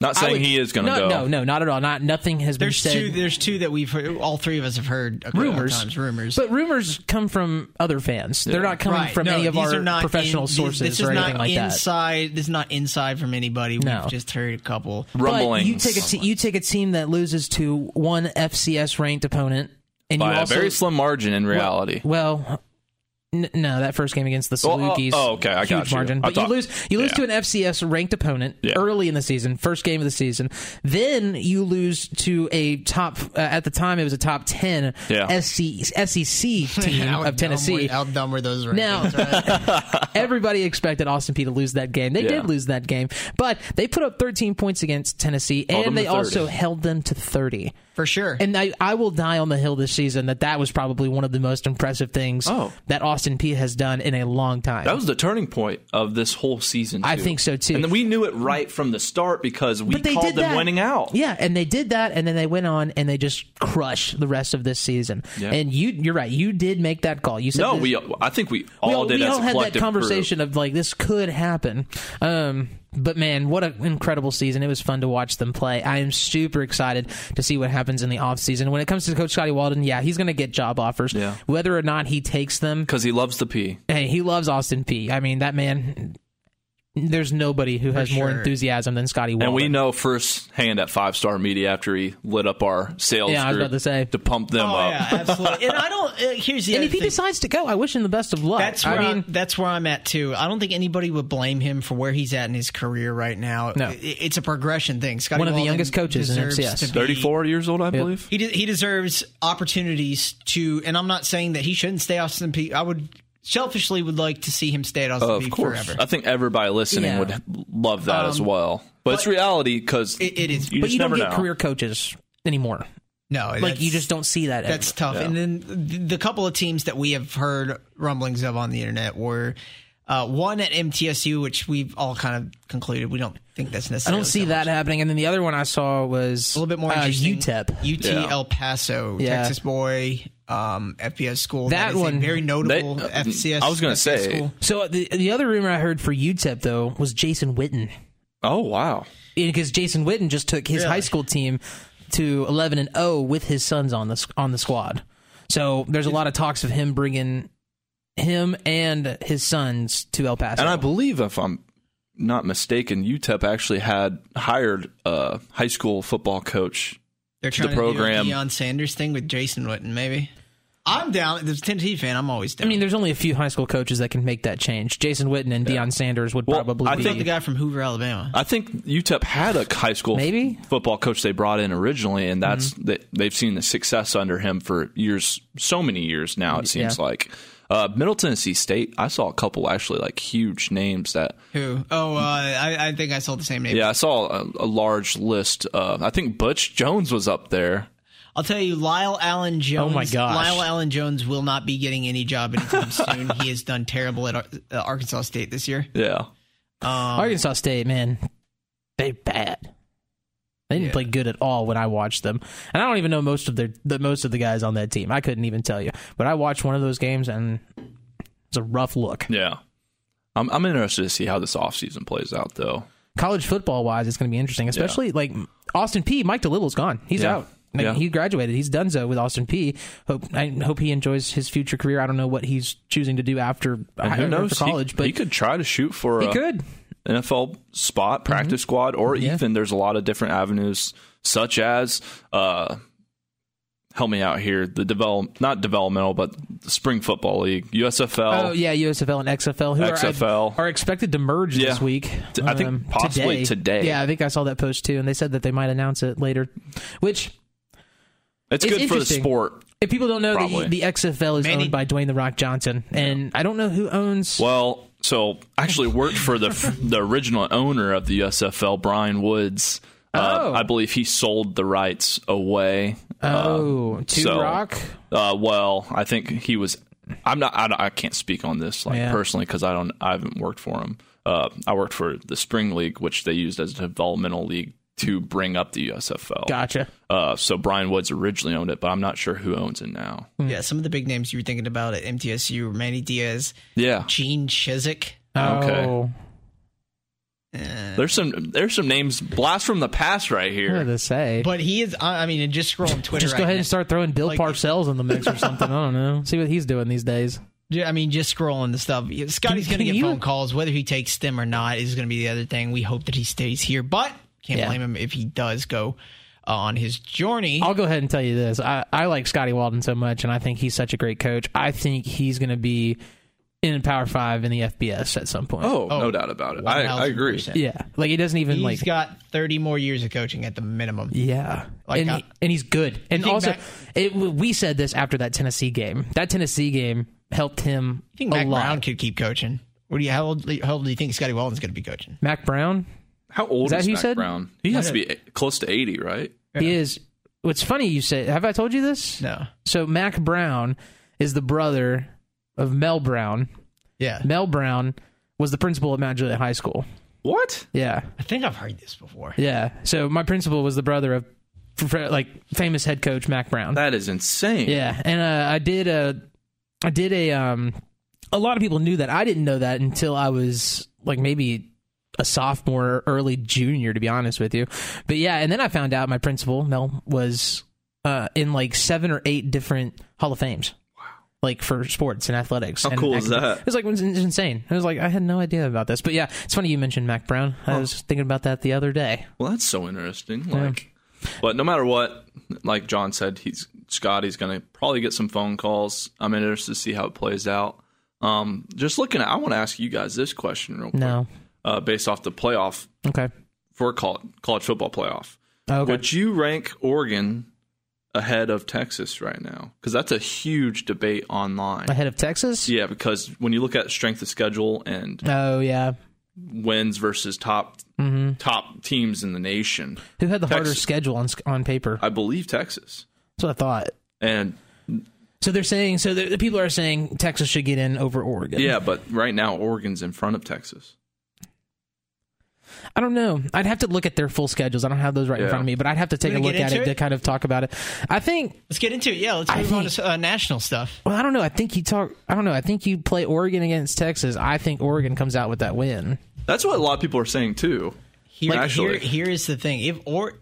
Speaker 3: Not
Speaker 2: I
Speaker 3: saying
Speaker 2: would-
Speaker 3: he is going to
Speaker 2: no,
Speaker 3: go.
Speaker 2: No, no, not at all. Not nothing has
Speaker 1: There's
Speaker 2: been said.
Speaker 1: two. There's two that we've heard, all three of us have heard a couple
Speaker 2: Rumors.
Speaker 1: times. Rumors.
Speaker 2: But rumors come from other fans. They're not coming
Speaker 1: Right.
Speaker 2: from
Speaker 1: No,
Speaker 2: any of
Speaker 1: these
Speaker 2: our
Speaker 1: are not
Speaker 2: professional
Speaker 1: in- these-
Speaker 2: sources
Speaker 1: this is
Speaker 2: or
Speaker 1: not
Speaker 2: anything like that.
Speaker 1: inside, This is not inside from anybody.
Speaker 2: No.
Speaker 1: We've just heard a couple.
Speaker 2: But
Speaker 3: Rumblings.
Speaker 2: you take a te- you take a team that loses to one FCS ranked opponent, and you
Speaker 3: by
Speaker 2: also
Speaker 3: a very slim margin in reality.
Speaker 2: well. N- no, that first game against the
Speaker 3: Well, oh,
Speaker 2: Salukis.
Speaker 3: oh, okay, I
Speaker 2: huge
Speaker 3: got you.
Speaker 2: margin.
Speaker 3: I
Speaker 2: But
Speaker 3: thought-
Speaker 2: you lose, you lose
Speaker 3: yeah.
Speaker 2: to an FCS ranked opponent
Speaker 3: Yeah.
Speaker 2: early in the season, first game of the season. Then you lose to a top uh, at the time it was a top ten
Speaker 3: Yeah.
Speaker 2: SC, SEC E team
Speaker 1: How dumb
Speaker 2: of Tennessee.
Speaker 1: were- how dumb were those rankings?
Speaker 2: Now-
Speaker 1: right?
Speaker 2: Everybody expected Austin P to lose that game. They
Speaker 3: Yeah.
Speaker 2: did lose that game, but they put up 13 points against Tennessee,
Speaker 3: Held them
Speaker 2: and they
Speaker 3: to 30.
Speaker 2: also held them to 30.
Speaker 1: for sure.
Speaker 2: And I, I will die on the hill this season that that was probably one of the most impressive things
Speaker 3: Oh.
Speaker 2: that Austin P has done in a long time.
Speaker 3: That was the turning point of this whole season.
Speaker 2: I
Speaker 3: too.
Speaker 2: think so, too.
Speaker 3: And then we knew it right from the start because we
Speaker 2: but they
Speaker 3: called
Speaker 2: did
Speaker 3: them
Speaker 2: that.
Speaker 3: winning out.
Speaker 2: Yeah, and they did that, and then they went on and they just crushed the rest of this season.
Speaker 3: Yeah.
Speaker 2: And you, you're right. You did make that call. You said
Speaker 3: No,
Speaker 2: this-
Speaker 3: we. I think we all
Speaker 2: we all,
Speaker 3: did
Speaker 2: we
Speaker 3: as
Speaker 2: all
Speaker 3: a
Speaker 2: had that
Speaker 3: collective
Speaker 2: conversation of like this could happen um but man what an incredible season it was fun to watch them play i am super excited to see what happens in the offseason when it comes to coach scotty walden yeah he's going to get job offers
Speaker 3: Yeah.
Speaker 2: whether or not he takes them
Speaker 3: because he loves the P.
Speaker 2: hey he loves austin p i mean that man there's nobody who has more
Speaker 1: sure.
Speaker 2: enthusiasm than scotty walden
Speaker 3: And we know firsthand at Five Star Media after he lit up our sales
Speaker 2: Yeah, I was
Speaker 3: group
Speaker 2: about to say.
Speaker 3: pump them
Speaker 1: oh
Speaker 3: up.
Speaker 1: yeah, absolutely. And I don't. Uh, here's the
Speaker 2: and
Speaker 1: other
Speaker 2: if he
Speaker 1: thing.
Speaker 2: decides to go i wish him the best of luck
Speaker 1: That's where
Speaker 2: i
Speaker 1: I
Speaker 2: mean
Speaker 1: that's where I'm at too. I don't think anybody would blame him for where he's at in his career right now.
Speaker 2: No.
Speaker 1: I- it's a progression thing. Scotty
Speaker 2: One of the
Speaker 1: Walden
Speaker 2: youngest coaches in
Speaker 1: deserves
Speaker 2: FCS.
Speaker 1: to be-
Speaker 3: 34 years old, I believe.
Speaker 1: He de- he deserves opportunities to, and I'm not saying that he shouldn't stay Austin P. I would selfishly would like to see him stay at Austin
Speaker 3: Of
Speaker 1: Peay
Speaker 3: course.
Speaker 1: forever.
Speaker 3: I think everybody listening
Speaker 2: Yeah. Um,
Speaker 3: would love that as well. But, it's reality because
Speaker 1: It- it is.
Speaker 3: You
Speaker 2: but
Speaker 3: just
Speaker 2: you don't
Speaker 3: never
Speaker 2: get
Speaker 3: know.
Speaker 2: career coaches anymore
Speaker 1: No,
Speaker 2: like you
Speaker 1: that's-
Speaker 2: just don't see that
Speaker 1: That's tough. And then th- the couple of teams that we have heard rumblings of on the internet were uh, one at MTSU, which we've all kind of concluded we don't think that's
Speaker 2: I
Speaker 1: necessary.
Speaker 2: don't see that happening. And then the other one I saw was
Speaker 1: A little bit more
Speaker 2: uh,
Speaker 1: interesting.
Speaker 2: UTEP.
Speaker 1: UT
Speaker 3: Yeah.
Speaker 1: El Paso,
Speaker 2: Yeah.
Speaker 1: Texas boy, um, FBS school.
Speaker 2: That
Speaker 1: is a
Speaker 2: one-
Speaker 1: very
Speaker 3: They- uh,
Speaker 1: notable FCS.
Speaker 3: I was going to
Speaker 1: FCS
Speaker 3: say.
Speaker 1: school.
Speaker 2: So the the other rumor I heard for UTEP though was Jason Witten,
Speaker 3: Oh wow.
Speaker 2: because Jason Witten just took his
Speaker 1: Really?
Speaker 2: high school team to eleven and zero with his sons on the s- on the squad. So there's a lot of talks of him bringing him and his sons to El Paso.
Speaker 3: And I believe, if I'm not mistaken, UTEP actually had hired a high school football coach.
Speaker 1: They're trying
Speaker 3: program.
Speaker 1: to do a Deion Sanders thing with Jason Witten, maybe. I'm down. As a Tennessee fan, I'm always down.
Speaker 2: I mean, there's only a few high school coaches that can make that change. Jason Witten and Deion Sanders would
Speaker 3: Well,
Speaker 2: probably
Speaker 3: I
Speaker 2: be.
Speaker 1: What about the guy from Hoover, Alabama.
Speaker 3: I think UTEP had a high school
Speaker 2: Maybe. Mm-hmm.
Speaker 3: football coach they brought in originally, and that's they, they've seen the success under him for years, so many years now. It seems
Speaker 2: Yeah.
Speaker 3: like uh, Middle Tennessee State. I saw a couple actually like huge names that.
Speaker 1: Who? Oh, uh, I, I think I saw the same name.
Speaker 3: Yeah, I saw a, a large list. Of, I think Butch Jones was up there.
Speaker 1: I'll tell you, Lyle Allen Jones.
Speaker 2: Oh my gosh.
Speaker 1: Lyle Allen Jones will not be getting any job anytime soon. He has done terrible at Ar- uh, Arkansas State this year. Um,
Speaker 3: Yeah,
Speaker 2: Arkansas State, man, they bad. They didn't play good at all when I watched them, and I don't even know most of their the most of the guys on that team. I couldn't even tell you, but I watched one of those games and it's a rough look.
Speaker 3: yeah. I'm, I'm interested to see how this offseason plays out, though.
Speaker 2: College football wise, it's going to be interesting, especially like Austin P. Mike DeLittle's gone; he's
Speaker 3: Yeah.
Speaker 2: out. Like,
Speaker 3: Yeah.
Speaker 2: He graduated. He's done so with Austin P. Hope I hope he enjoys his future career. I don't know what he's choosing to do after,
Speaker 3: And
Speaker 2: after college,
Speaker 3: he,
Speaker 2: but
Speaker 3: Mm-hmm. he could try to shoot for
Speaker 2: he
Speaker 3: a
Speaker 2: could.
Speaker 3: NFL spot, practice squad, or even there's a lot of different avenues, such as uh, help me out here the develop not developmental but the spring football league USFL.
Speaker 2: Oh yeah, USFL and XFL, who
Speaker 3: XFL.
Speaker 2: Are, are expected to merge
Speaker 3: Yeah.
Speaker 2: this week. um,
Speaker 3: T- I think possibly today.
Speaker 2: Yeah, I think I saw that post too, and they said that they might announce it later. Which, it's
Speaker 3: it's, good for the
Speaker 2: interesting.
Speaker 3: sport.
Speaker 2: if people don't know,
Speaker 3: Probably.
Speaker 2: the, the XFL is
Speaker 1: Manny-
Speaker 2: owned by Dwayne the Rock Johnson, and I don't know who owns.
Speaker 3: Well, so I actually worked for the the original owner of the USFL, Brian Woods.
Speaker 2: Oh.
Speaker 3: Uh, I believe he sold the rights away.
Speaker 2: oh, to
Speaker 3: Um, so-
Speaker 2: Rock.
Speaker 3: Uh, well, I think he was. I'm not. I, don't- I can't speak on this like
Speaker 2: Yeah.
Speaker 3: personally because I don't. I haven't worked for him. Uh, I worked for the spring league, which they used as a developmental league to bring up the USFL.
Speaker 2: Gotcha.
Speaker 3: Uh, so Brian Woods originally owned it, but I'm not sure who owns it now.
Speaker 2: Hmm.
Speaker 1: Yeah, some of the big names you were thinking about at MTSU were Manny Diaz,
Speaker 3: Yeah,
Speaker 1: Gene Chiswick.
Speaker 3: Okay.
Speaker 2: Oh,
Speaker 3: there's some there's some names blast from the past right
Speaker 2: what did
Speaker 3: here.
Speaker 2: I say?
Speaker 1: But he is, I I mean, and just scroll on Twitter.
Speaker 2: Just go
Speaker 1: right
Speaker 2: ahead
Speaker 1: now.
Speaker 2: and start throwing Bill
Speaker 1: Like-
Speaker 2: Parcells in the mix or something. I don't know. See what he's doing these days.
Speaker 1: Yeah, I mean, just scrolling the stuff. Yeah, Scotty's
Speaker 2: Can-
Speaker 1: going to
Speaker 2: can
Speaker 1: get
Speaker 2: you-
Speaker 1: phone calls. Whether he takes them or not is going to be the other thing. We hope that he stays here, but can't
Speaker 2: Yeah.
Speaker 1: blame him if he does go uh, on his journey.
Speaker 2: I'll go ahead and tell you this. I, I like Scotty Walden so much, and I think he's such a great coach. I think he's going to be in Power Five in the FBS at some point.
Speaker 3: Oh, no doubt about it. I, I agree.
Speaker 1: 1000%.
Speaker 2: yeah. Like he doesn't even
Speaker 1: He's
Speaker 2: like.
Speaker 1: got 30 more years of coaching at the minimum.
Speaker 2: yeah,
Speaker 1: Like,
Speaker 2: and,
Speaker 1: uh,
Speaker 2: he, and he's good. And
Speaker 1: think
Speaker 2: also,
Speaker 1: Mac-
Speaker 2: it, we said this after that Tennessee game. That Tennessee game helped him
Speaker 1: I think
Speaker 2: a
Speaker 1: Mac
Speaker 2: lot.
Speaker 1: Brown could keep coaching. What do you, how, old, how old do you think Scotty Walden's going to be coaching?
Speaker 2: Mac Brown,
Speaker 3: How old is
Speaker 2: that who you
Speaker 3: Mac
Speaker 2: said?
Speaker 3: Brown? He has to be a- close to 80, right?
Speaker 2: he is. What's funny you say? Have I told you this?
Speaker 1: No.
Speaker 2: So Mac Brown is the brother of Mel Brown.
Speaker 1: Yeah.
Speaker 2: Mel Brown was the principal at Mount Juliet High School.
Speaker 3: What?
Speaker 2: Yeah.
Speaker 1: I think I've heard this before.
Speaker 2: Yeah. So my principal was the brother of f- fr- like famous head coach Mac Brown.
Speaker 3: That is insane.
Speaker 2: yeah, and uh, I did a, I did a um, a lot of people knew that I didn't know that until I was like maybe a sophomore, early junior, to be honest with you. But yeah, and then I found out my principal Mel was uh, in like seven or eight different Hall of Fames. Like for sports and athletics. How and
Speaker 3: cool is
Speaker 2: academic-
Speaker 3: that?
Speaker 2: It was like it was insane. I was like, I had no idea about this, but yeah, it's funny you mentioned Mac Brown. I
Speaker 3: Oh.
Speaker 2: was thinking about that the other day.
Speaker 3: Well, that's so interesting. Like, but no matter what, like John said, he's Scotty's going to probably get some phone calls. I'm interested to see how it plays out. Um, just looking at, I want to ask you guys this question real quick.
Speaker 2: No.
Speaker 3: Uh, based off the playoff
Speaker 2: Okay. Oh,
Speaker 3: for col- college football playoff,
Speaker 2: Okay.
Speaker 3: would you rank Oregon ahead of Texas right now? Because that's a huge debate online.
Speaker 2: ahead of Texas?
Speaker 3: Yeah, because when you look at strength of schedule and
Speaker 2: Oh yeah.
Speaker 3: wins versus top
Speaker 2: Mm-hmm.
Speaker 3: top teams in the nation,
Speaker 2: Who had the harder
Speaker 3: Texas.
Speaker 2: schedule on on paper?
Speaker 3: I believe Texas.
Speaker 2: That's what I thought.
Speaker 3: And
Speaker 2: So they're saying so the, the people are saying Texas should get in over Oregon.
Speaker 3: yeah, but right now Oregon's in front of Texas.
Speaker 2: I don't know. I'd have to look at their full schedules. I don't have those right in
Speaker 3: Yeah.
Speaker 2: front of me, but I'd have to take a
Speaker 1: Wanna
Speaker 2: look
Speaker 1: get
Speaker 2: at it,
Speaker 1: into
Speaker 2: to
Speaker 1: it?
Speaker 2: kind of talk about it. I think
Speaker 1: Let's get into it. Yeah, let's move on to uh, national stuff.
Speaker 2: well, I don't know. I think you talk I don't know. I think you play Oregon against Texas. I think Oregon comes out with that win.
Speaker 3: That's what a lot of people are saying too.
Speaker 1: Here, here,
Speaker 3: Actually.
Speaker 1: here is the thing. If or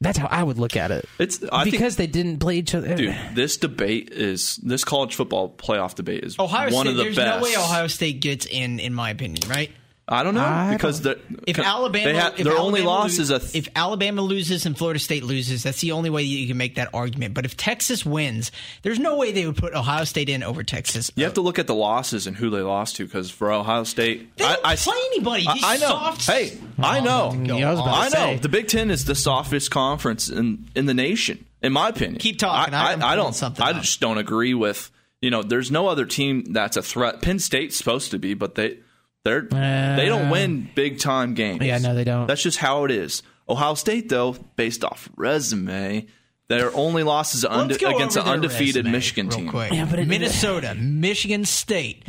Speaker 2: That's how I would look at it.
Speaker 3: It's I think
Speaker 2: because they didn't play each other.
Speaker 3: dude, this debate is this college football playoff debate is
Speaker 1: Ohio
Speaker 3: one
Speaker 1: State,
Speaker 3: of the
Speaker 1: there's
Speaker 3: best.
Speaker 1: no way Ohio State gets in, in my opinion, right?
Speaker 3: I don't know
Speaker 2: I
Speaker 3: because they're,
Speaker 1: If Alabama,
Speaker 3: they ha-
Speaker 1: if
Speaker 3: their
Speaker 1: Alabama
Speaker 3: only loss
Speaker 1: lose-
Speaker 3: is a th-
Speaker 1: if Alabama loses and Florida State loses, that's the only way that you can make that argument. But if Texas wins, there's no way they would put Ohio State in over Texas.
Speaker 3: You have to look at the losses and who they lost to, because for Ohio State,
Speaker 1: They don't play anybody. These
Speaker 3: I, I know.
Speaker 1: soft- Mm-hmm.
Speaker 3: Hey, I know.
Speaker 2: Yeah, I was about to
Speaker 3: I know.
Speaker 2: say.
Speaker 3: The Big Ten is the softest conference in in the nation, in my opinion.
Speaker 1: Keep talking.
Speaker 3: I,
Speaker 1: I'm
Speaker 3: I, I
Speaker 1: pulling
Speaker 3: don't.
Speaker 1: something
Speaker 3: I
Speaker 1: up.
Speaker 3: just don't agree with. You know, there's no other team that's a threat. Penn State's supposed to be, but they they're they don't win big time games.
Speaker 2: Uh, Yeah, no, they don't.
Speaker 3: That's just how it is. Ohio State, though, based off resume, their only loss is unde-
Speaker 1: Let's go
Speaker 3: against an
Speaker 1: over their
Speaker 3: undefeated
Speaker 1: resume
Speaker 3: Michigan
Speaker 1: real
Speaker 3: team.
Speaker 1: Quick.
Speaker 2: Yeah, but it-
Speaker 1: Minnesota, Michigan State,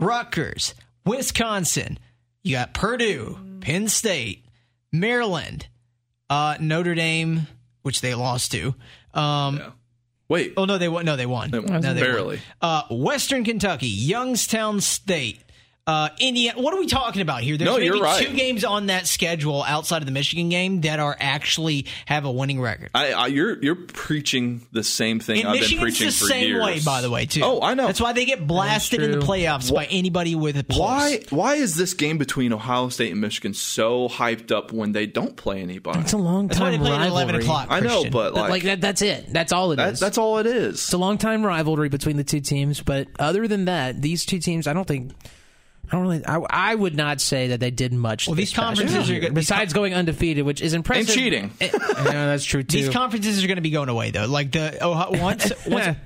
Speaker 1: Rutgers, Wisconsin. You got Purdue, Penn State, Maryland, uh, Notre Dame, which they lost to. Um,
Speaker 3: Wait,
Speaker 1: Oh no, they won. No, they won.
Speaker 3: won.
Speaker 1: No, won.
Speaker 3: Barely.
Speaker 1: Uh, Western Kentucky, Youngstown State, uh, Indiana. What are we talking about here? There's
Speaker 3: No,
Speaker 1: maybe
Speaker 3: you're right.
Speaker 1: two games on that schedule outside of the Michigan game that are actually have a winning record.
Speaker 3: I, I you're you're preaching the same thing
Speaker 1: And
Speaker 3: I've
Speaker 1: Michigan's
Speaker 3: been preaching
Speaker 1: the
Speaker 3: for
Speaker 1: same
Speaker 3: years.
Speaker 1: way, by the way, too.
Speaker 3: Oh, I know.
Speaker 1: That's why they get blasted in the
Speaker 2: true.
Speaker 1: playoffs by anybody with a pulse.
Speaker 3: Why why is this game between Ohio State and Michigan so hyped up when they don't play anybody?
Speaker 2: It's a long
Speaker 1: That's why
Speaker 2: time
Speaker 1: they play at
Speaker 2: rivalry.
Speaker 1: eleven o'clock.
Speaker 3: I know,
Speaker 1: Christian.
Speaker 3: but
Speaker 2: But
Speaker 3: like,
Speaker 2: like that, that's it. That's all it is.
Speaker 3: that, that's all it is.
Speaker 2: It's a long time rivalry between the two teams, but other than that, these two teams, I don't think, I don't really, I, I would not say that they did much. Well,
Speaker 1: these conferences are good-
Speaker 2: besides going undefeated, which is impressive,
Speaker 3: And cheating.
Speaker 2: Eh, yeah, that's true too.
Speaker 1: these conferences are going to be going away though. Like the Ohio, once once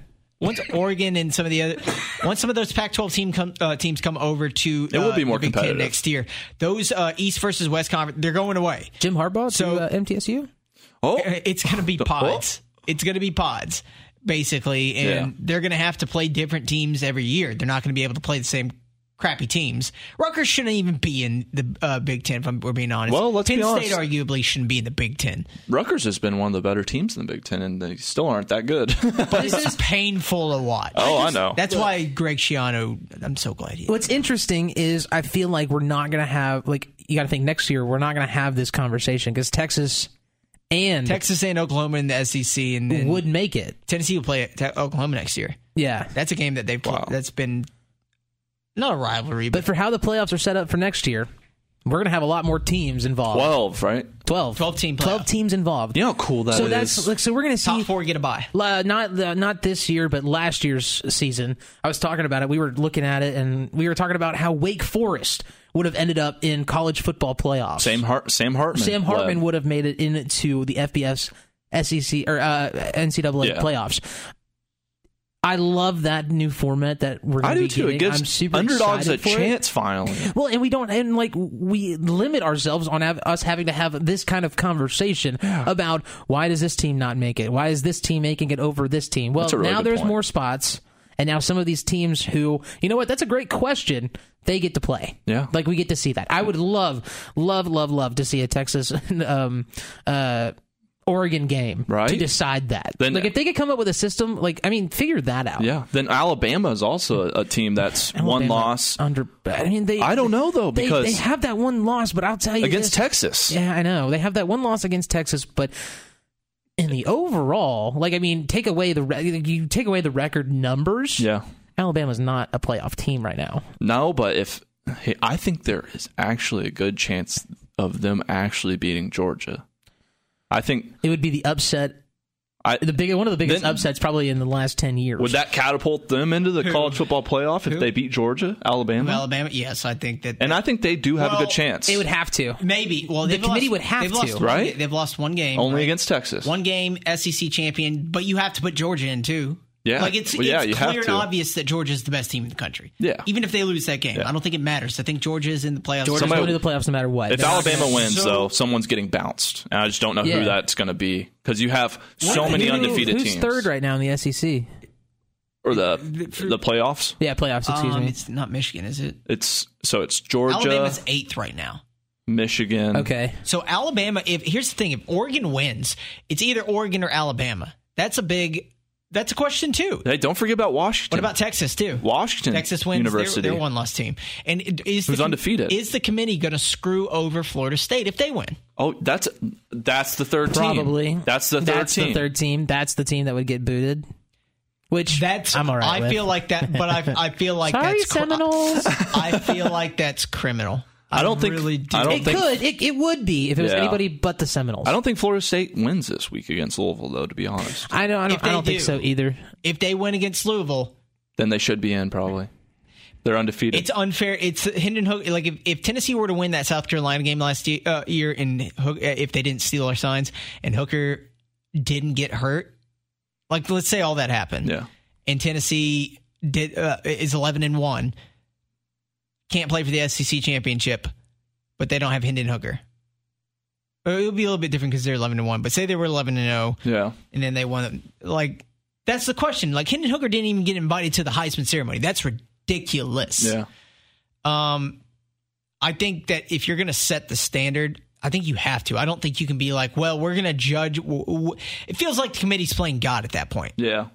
Speaker 1: once Oregon and some of the other once some of those Pac-12 team come, uh, teams come over to it
Speaker 3: will be more
Speaker 1: Big Ten
Speaker 3: competitive.
Speaker 1: next year. Those uh, East versus West conference they're going away.
Speaker 2: Jim Harbaugh
Speaker 1: So-
Speaker 2: to uh, MTSU.
Speaker 3: Oh,
Speaker 1: It's going to be pods. It's going to be pods basically, and
Speaker 3: Yeah.
Speaker 1: they're going to have to play different teams every year. They're not going to be able to play the same crappy teams. Rutgers shouldn't even be in the uh, Big Ten. If I'm, we're being honest,
Speaker 3: Well, let's
Speaker 1: Penn
Speaker 3: be honest.
Speaker 1: State arguably shouldn't be in the Big Ten.
Speaker 3: Rutgers has been one of the better teams in the Big Ten, and they still aren't that good.
Speaker 1: But this is painful to watch.
Speaker 3: oh, I know.
Speaker 1: That's why Greg Schiano. I'm so glad he.
Speaker 2: What's interesting is I feel like we're not going to have like you got to think next year we're not going to have this conversation because Texas and
Speaker 1: Texas and Oklahoma in the SEC, and then
Speaker 2: would make it.
Speaker 1: Tennessee will play at Te- Oklahoma next year.
Speaker 2: Yeah,
Speaker 1: That's a game that they've played.
Speaker 3: Wow.
Speaker 1: that's been not a rivalry,
Speaker 2: but
Speaker 1: but,
Speaker 2: for how the playoffs are set up for next year, we're going to have a lot more teams involved.
Speaker 3: Twelve, right?
Speaker 2: 12.
Speaker 1: 12 team playoff.
Speaker 2: twelve teams involved.
Speaker 3: You know how cool that is.
Speaker 2: so that's like so we're going to see
Speaker 1: top four get a bye.
Speaker 2: La- not the, not this year, but last year's season. I was talking about it. We were looking at it, and we were talking about how Wake Forest would have ended up in college football playoffs.
Speaker 3: Sam Hart, Sam Hartman.
Speaker 2: Sam Hartman
Speaker 3: led.
Speaker 2: would have made it into the FBS SEC or uh, NCAA
Speaker 3: Yeah.
Speaker 2: playoffs. I love that new format that we're. Gonna
Speaker 3: I do
Speaker 2: be
Speaker 3: too. It
Speaker 2: Getting.
Speaker 3: gives
Speaker 2: I'm super
Speaker 3: underdogs a
Speaker 2: excited for it.
Speaker 3: chance finally.
Speaker 2: Well, and we don't, and like we limit ourselves on have, us having to have this kind of conversation about why does this team not make it? Why is this team making it over this team? Well,
Speaker 3: That's a really
Speaker 2: now
Speaker 3: good
Speaker 2: there's
Speaker 3: point.
Speaker 2: more spots, and now some of these teams who, you know what, that's a great question. They get to play.
Speaker 3: Yeah.
Speaker 2: like we get to see that. I would love, love, love, love to see a Texas, um, uh. Oregon game to
Speaker 3: Right.
Speaker 2: decide that.
Speaker 3: Then-
Speaker 2: like if they could come up with a system, like I mean, figure that out.
Speaker 3: Yeah. Then Alabama is also a, a team that's one
Speaker 2: Alabama
Speaker 3: loss
Speaker 2: under. I mean, they.
Speaker 3: I don't know, though,
Speaker 2: they-
Speaker 3: because-
Speaker 2: they, have that one loss. But I'll tell you,
Speaker 3: against
Speaker 2: this-
Speaker 3: Texas.
Speaker 2: Yeah, I know they have that one loss against Texas, but in the overall, like I mean, take away the re- you take away the record numbers.
Speaker 3: Yeah.
Speaker 2: Alabama's not a playoff team right now.
Speaker 3: No, but if hey, I think there is actually a good chance of them actually beating Georgia. I think
Speaker 2: It would be the upset.
Speaker 3: I
Speaker 2: The big one of the biggest
Speaker 3: Then-
Speaker 2: upsets probably in the last ten years.
Speaker 3: would that catapult them into the college football playoff if they beat Georgia, Alabama?
Speaker 1: Alabama, yes, I think that
Speaker 3: and I think they do have a
Speaker 1: Well,
Speaker 3: good chance.
Speaker 2: they would have to.
Speaker 1: maybe. Well, the
Speaker 2: committee would have
Speaker 1: they've lost
Speaker 2: to,
Speaker 1: one
Speaker 3: right?
Speaker 1: ga- They've lost one game,
Speaker 3: only
Speaker 1: right?
Speaker 3: against Texas.
Speaker 1: one game SEC champion, but you have to put Georgia in too.
Speaker 3: Yeah.
Speaker 1: like it's,
Speaker 3: Well, yeah,
Speaker 1: it's
Speaker 3: you have
Speaker 1: clear and
Speaker 3: to.
Speaker 1: obvious that Georgia's the best team in the country.
Speaker 3: Yeah.
Speaker 1: even if they lose that game, I don't think it matters. I think Georgia is in the playoffs.
Speaker 2: Georgia's
Speaker 3: somebody-
Speaker 2: going to the playoffs no matter what.
Speaker 3: If
Speaker 2: They're not
Speaker 3: Alabama
Speaker 2: gonna-
Speaker 3: wins,
Speaker 1: So-
Speaker 3: though, someone's getting bounced, and I just don't know
Speaker 2: Yeah.
Speaker 3: who that's going to be because you have so
Speaker 1: Who-
Speaker 3: many
Speaker 2: Who-
Speaker 3: undefeated
Speaker 2: who's
Speaker 3: teams.
Speaker 2: third right now in the E SEC?
Speaker 3: or the the playoffs?
Speaker 2: Yeah, playoffs. Excuse
Speaker 1: um,
Speaker 2: me.
Speaker 1: it's not Michigan, is it?
Speaker 3: It's so it's Georgia,
Speaker 1: Alabama's eighth right now.
Speaker 3: Michigan.
Speaker 2: Okay.
Speaker 1: So Alabama, if here's the thing, if Oregon wins, it's either Oregon or Alabama. That's a big. That's a question too.
Speaker 3: Hey, don't forget about Washington.
Speaker 1: What about Texas too?
Speaker 3: Washington
Speaker 1: Texas wins.
Speaker 3: University?
Speaker 1: They're, they're one loss team. And it- is
Speaker 3: Who's
Speaker 1: the,
Speaker 3: undefeated.
Speaker 1: Is the committee going to screw over Florida State if they win?
Speaker 3: Oh, that's that's the third
Speaker 2: Probably.
Speaker 3: team. That's the third
Speaker 2: That's
Speaker 3: team.
Speaker 2: the third team. That's the team that would get booted. Which
Speaker 1: That's
Speaker 2: I'm all right
Speaker 1: I
Speaker 2: with.
Speaker 1: feel like that, but I I feel like
Speaker 2: Sorry,
Speaker 1: that's cri-
Speaker 2: Seminoles.
Speaker 1: I feel like that's criminal.
Speaker 3: I don't think-
Speaker 1: really do.
Speaker 3: I don't
Speaker 2: it
Speaker 3: think-
Speaker 2: could. It, it would be if it was
Speaker 3: Yeah.
Speaker 2: anybody but the Seminoles.
Speaker 3: I don't think Florida State wins this week against Louisville, though. To be honest,
Speaker 2: I don't. I
Speaker 1: If
Speaker 2: don't,
Speaker 1: they
Speaker 2: I don't think
Speaker 1: do-
Speaker 2: so either.
Speaker 1: if they win against Louisville,
Speaker 3: then they should be in probably. They're undefeated.
Speaker 1: It's unfair. It's Hendon Hook. Like if, if Tennessee were to win that South Carolina game last year, uh, year and Hook, uh, if they didn't steal our signs and Hooker didn't get hurt, like let's say all that happened,
Speaker 3: yeah,
Speaker 1: and Tennessee did uh, is eleven and one, can't play for the SEC championship, but they don't have Hendon Hooker. Uh, It would be a little bit different because they're eleven and one. But say they were eleven and zero,
Speaker 3: yeah.
Speaker 1: and then they won. Like that's the question. Like Hendon Hooker didn't even get invited to the Heisman ceremony. That's ridiculous.
Speaker 3: Yeah.
Speaker 1: Um, I think that if you're going to set the standard, I think you have to. I don't think you can be like, well, we're going to judge. W- w- It feels like the committee's playing God at that point.
Speaker 3: Yeah.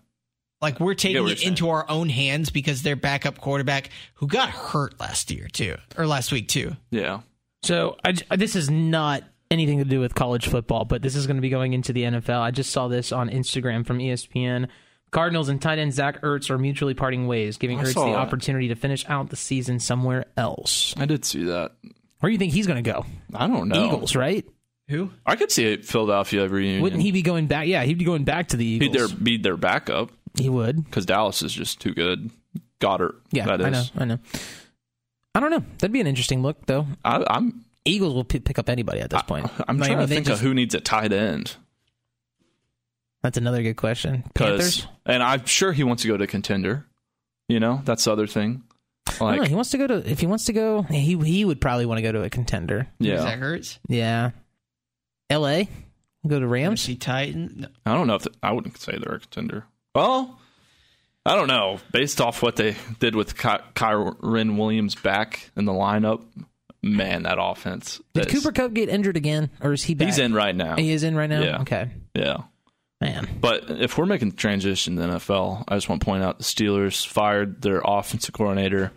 Speaker 1: Like we're taking
Speaker 3: what
Speaker 1: it
Speaker 3: you're
Speaker 1: into our own hands because their backup quarterback, who got hurt last year too, or last week too.
Speaker 3: Yeah.
Speaker 2: So I j- uh, this is not anything to do with college football, but this is going to be going into the NFL. I just saw this on Instagram from E ESPN. Cardinals and tight end Zach Ertz are mutually parting ways, giving
Speaker 3: I
Speaker 2: Ertz the
Speaker 3: saw that.
Speaker 2: opportunity to finish out the season somewhere else.
Speaker 3: I did see that.
Speaker 2: Where do you think he's going to go?
Speaker 3: I don't know.
Speaker 2: Eagles, right?
Speaker 1: Who?
Speaker 3: I could see it Philadelphia reunion.
Speaker 2: Wouldn't he be going back? Yeah, he'd be going back to the
Speaker 3: be their
Speaker 2: Eagles.
Speaker 3: be their backup
Speaker 2: He would.
Speaker 3: because Dallas is just too good. Goddard.
Speaker 2: Yeah,
Speaker 3: that is.
Speaker 2: I know. I know. I don't know. That'd be an interesting look, though.
Speaker 3: I, I'm
Speaker 2: Eagles will p- pick up anybody at this point.
Speaker 3: I'm
Speaker 2: Like,
Speaker 3: trying
Speaker 2: I mean,
Speaker 3: to
Speaker 2: they
Speaker 3: think
Speaker 2: just-
Speaker 3: of who needs a tight end
Speaker 2: That's another good question.
Speaker 3: because
Speaker 2: Panthers.
Speaker 3: and I'm sure he wants to go to contender. You know that's the other thing.
Speaker 2: I don't know.
Speaker 3: Like
Speaker 2: He wants to go to. If he wants to go, he he would probably want to go to a contender.
Speaker 1: Zach
Speaker 3: yeah,
Speaker 1: Ertz.
Speaker 2: Yeah. L.A. Go to Rams.
Speaker 1: Tennessee Titans. No.
Speaker 3: I don't know if I wouldn't say they're a contender. Well, I don't know. Based off what they did with Ky- Kyron Williams back in the lineup, man, that offense.
Speaker 2: Did
Speaker 3: is-
Speaker 2: Cooper Cup get injured again, or is he back?
Speaker 3: He's in right now.
Speaker 2: He is in right now.
Speaker 3: Yeah.
Speaker 2: Okay,
Speaker 3: Yeah.
Speaker 2: man.
Speaker 3: But if we're making the transition to the NFL, I just want to point out the Steelers fired their offensive coordinator.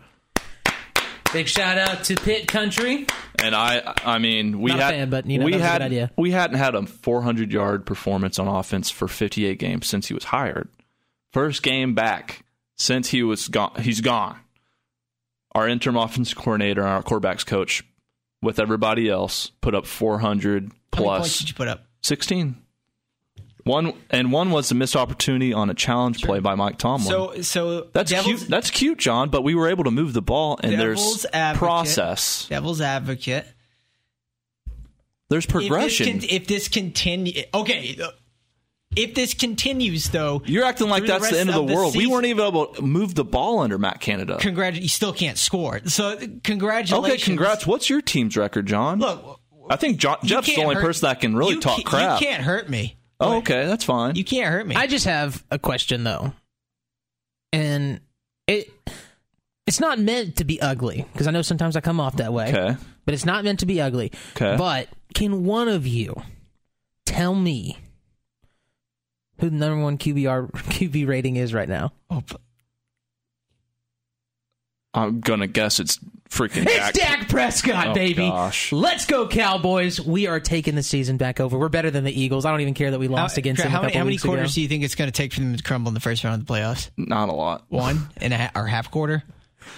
Speaker 2: Big shout out to Pitt Country.
Speaker 3: And I, I mean, we
Speaker 2: Not a
Speaker 3: had,
Speaker 2: fan, but, you know,
Speaker 3: we
Speaker 2: that was a good
Speaker 3: had,
Speaker 2: idea.
Speaker 3: we hadn't had a 400 yard performance on offense for 58 games since he was hired. First game back since he was gone. He's gone. Our interim offensive coordinator, and our quarterbacks coach, with everybody else, put up 400
Speaker 1: How many points
Speaker 3: plus
Speaker 1: did you put up?
Speaker 3: 16. One and one was a missed opportunity on a challenge play by Mike Tomlin.
Speaker 1: So, so
Speaker 3: That's
Speaker 1: devil's,
Speaker 3: cute. That's cute, John. But we were able to move the ball, and
Speaker 1: Devil's
Speaker 3: there's
Speaker 1: advocate.
Speaker 3: process.
Speaker 1: devil's advocate.
Speaker 3: There's
Speaker 1: If this,
Speaker 3: progression.
Speaker 1: con- if this continue, okay. uh, If this continues, though,
Speaker 3: You're acting like
Speaker 1: through the
Speaker 3: that's the,
Speaker 1: rest
Speaker 3: end of the,
Speaker 1: of the
Speaker 3: world.
Speaker 1: season-
Speaker 3: We weren't even able to move the ball under Matt Canada.
Speaker 1: congrat- you still can't score. So, congratulations.
Speaker 3: Oh. okay, congrats. What's your team's record, John?
Speaker 1: Look,
Speaker 3: I think John,
Speaker 1: you
Speaker 3: Jeff's the
Speaker 1: can't
Speaker 3: only
Speaker 1: hurt-
Speaker 3: person that can really
Speaker 1: you
Speaker 3: talk
Speaker 1: can't-
Speaker 3: crap.
Speaker 1: You can't hurt me.
Speaker 3: oh, okay, that's fine.
Speaker 1: You can't hurt me.
Speaker 2: I just have a question though, and it it's not meant to be ugly because I know sometimes I come off that way.
Speaker 3: okay,
Speaker 2: but it's not meant to be ugly.
Speaker 3: 'Kay.
Speaker 2: But can one of you tell me who the number one QBR QB rating is right now?
Speaker 1: Oh, p-
Speaker 3: I'm gonna guess it's freaking. Dak.
Speaker 2: It's Dak Prescott,
Speaker 3: Oh,
Speaker 2: baby.
Speaker 3: gosh.
Speaker 2: Let's go, Cowboys. We are taking the season back over. We're better than the Eagles. I don't even care that we lost
Speaker 1: how-
Speaker 2: against them.
Speaker 1: uh, how
Speaker 2: a
Speaker 1: many,
Speaker 2: couple
Speaker 1: how many
Speaker 2: weeks ago.
Speaker 1: quarters do you think it's going to take for them to crumble in the first round of the playoffs?
Speaker 3: Not a lot.
Speaker 1: One and a half, or half quarter.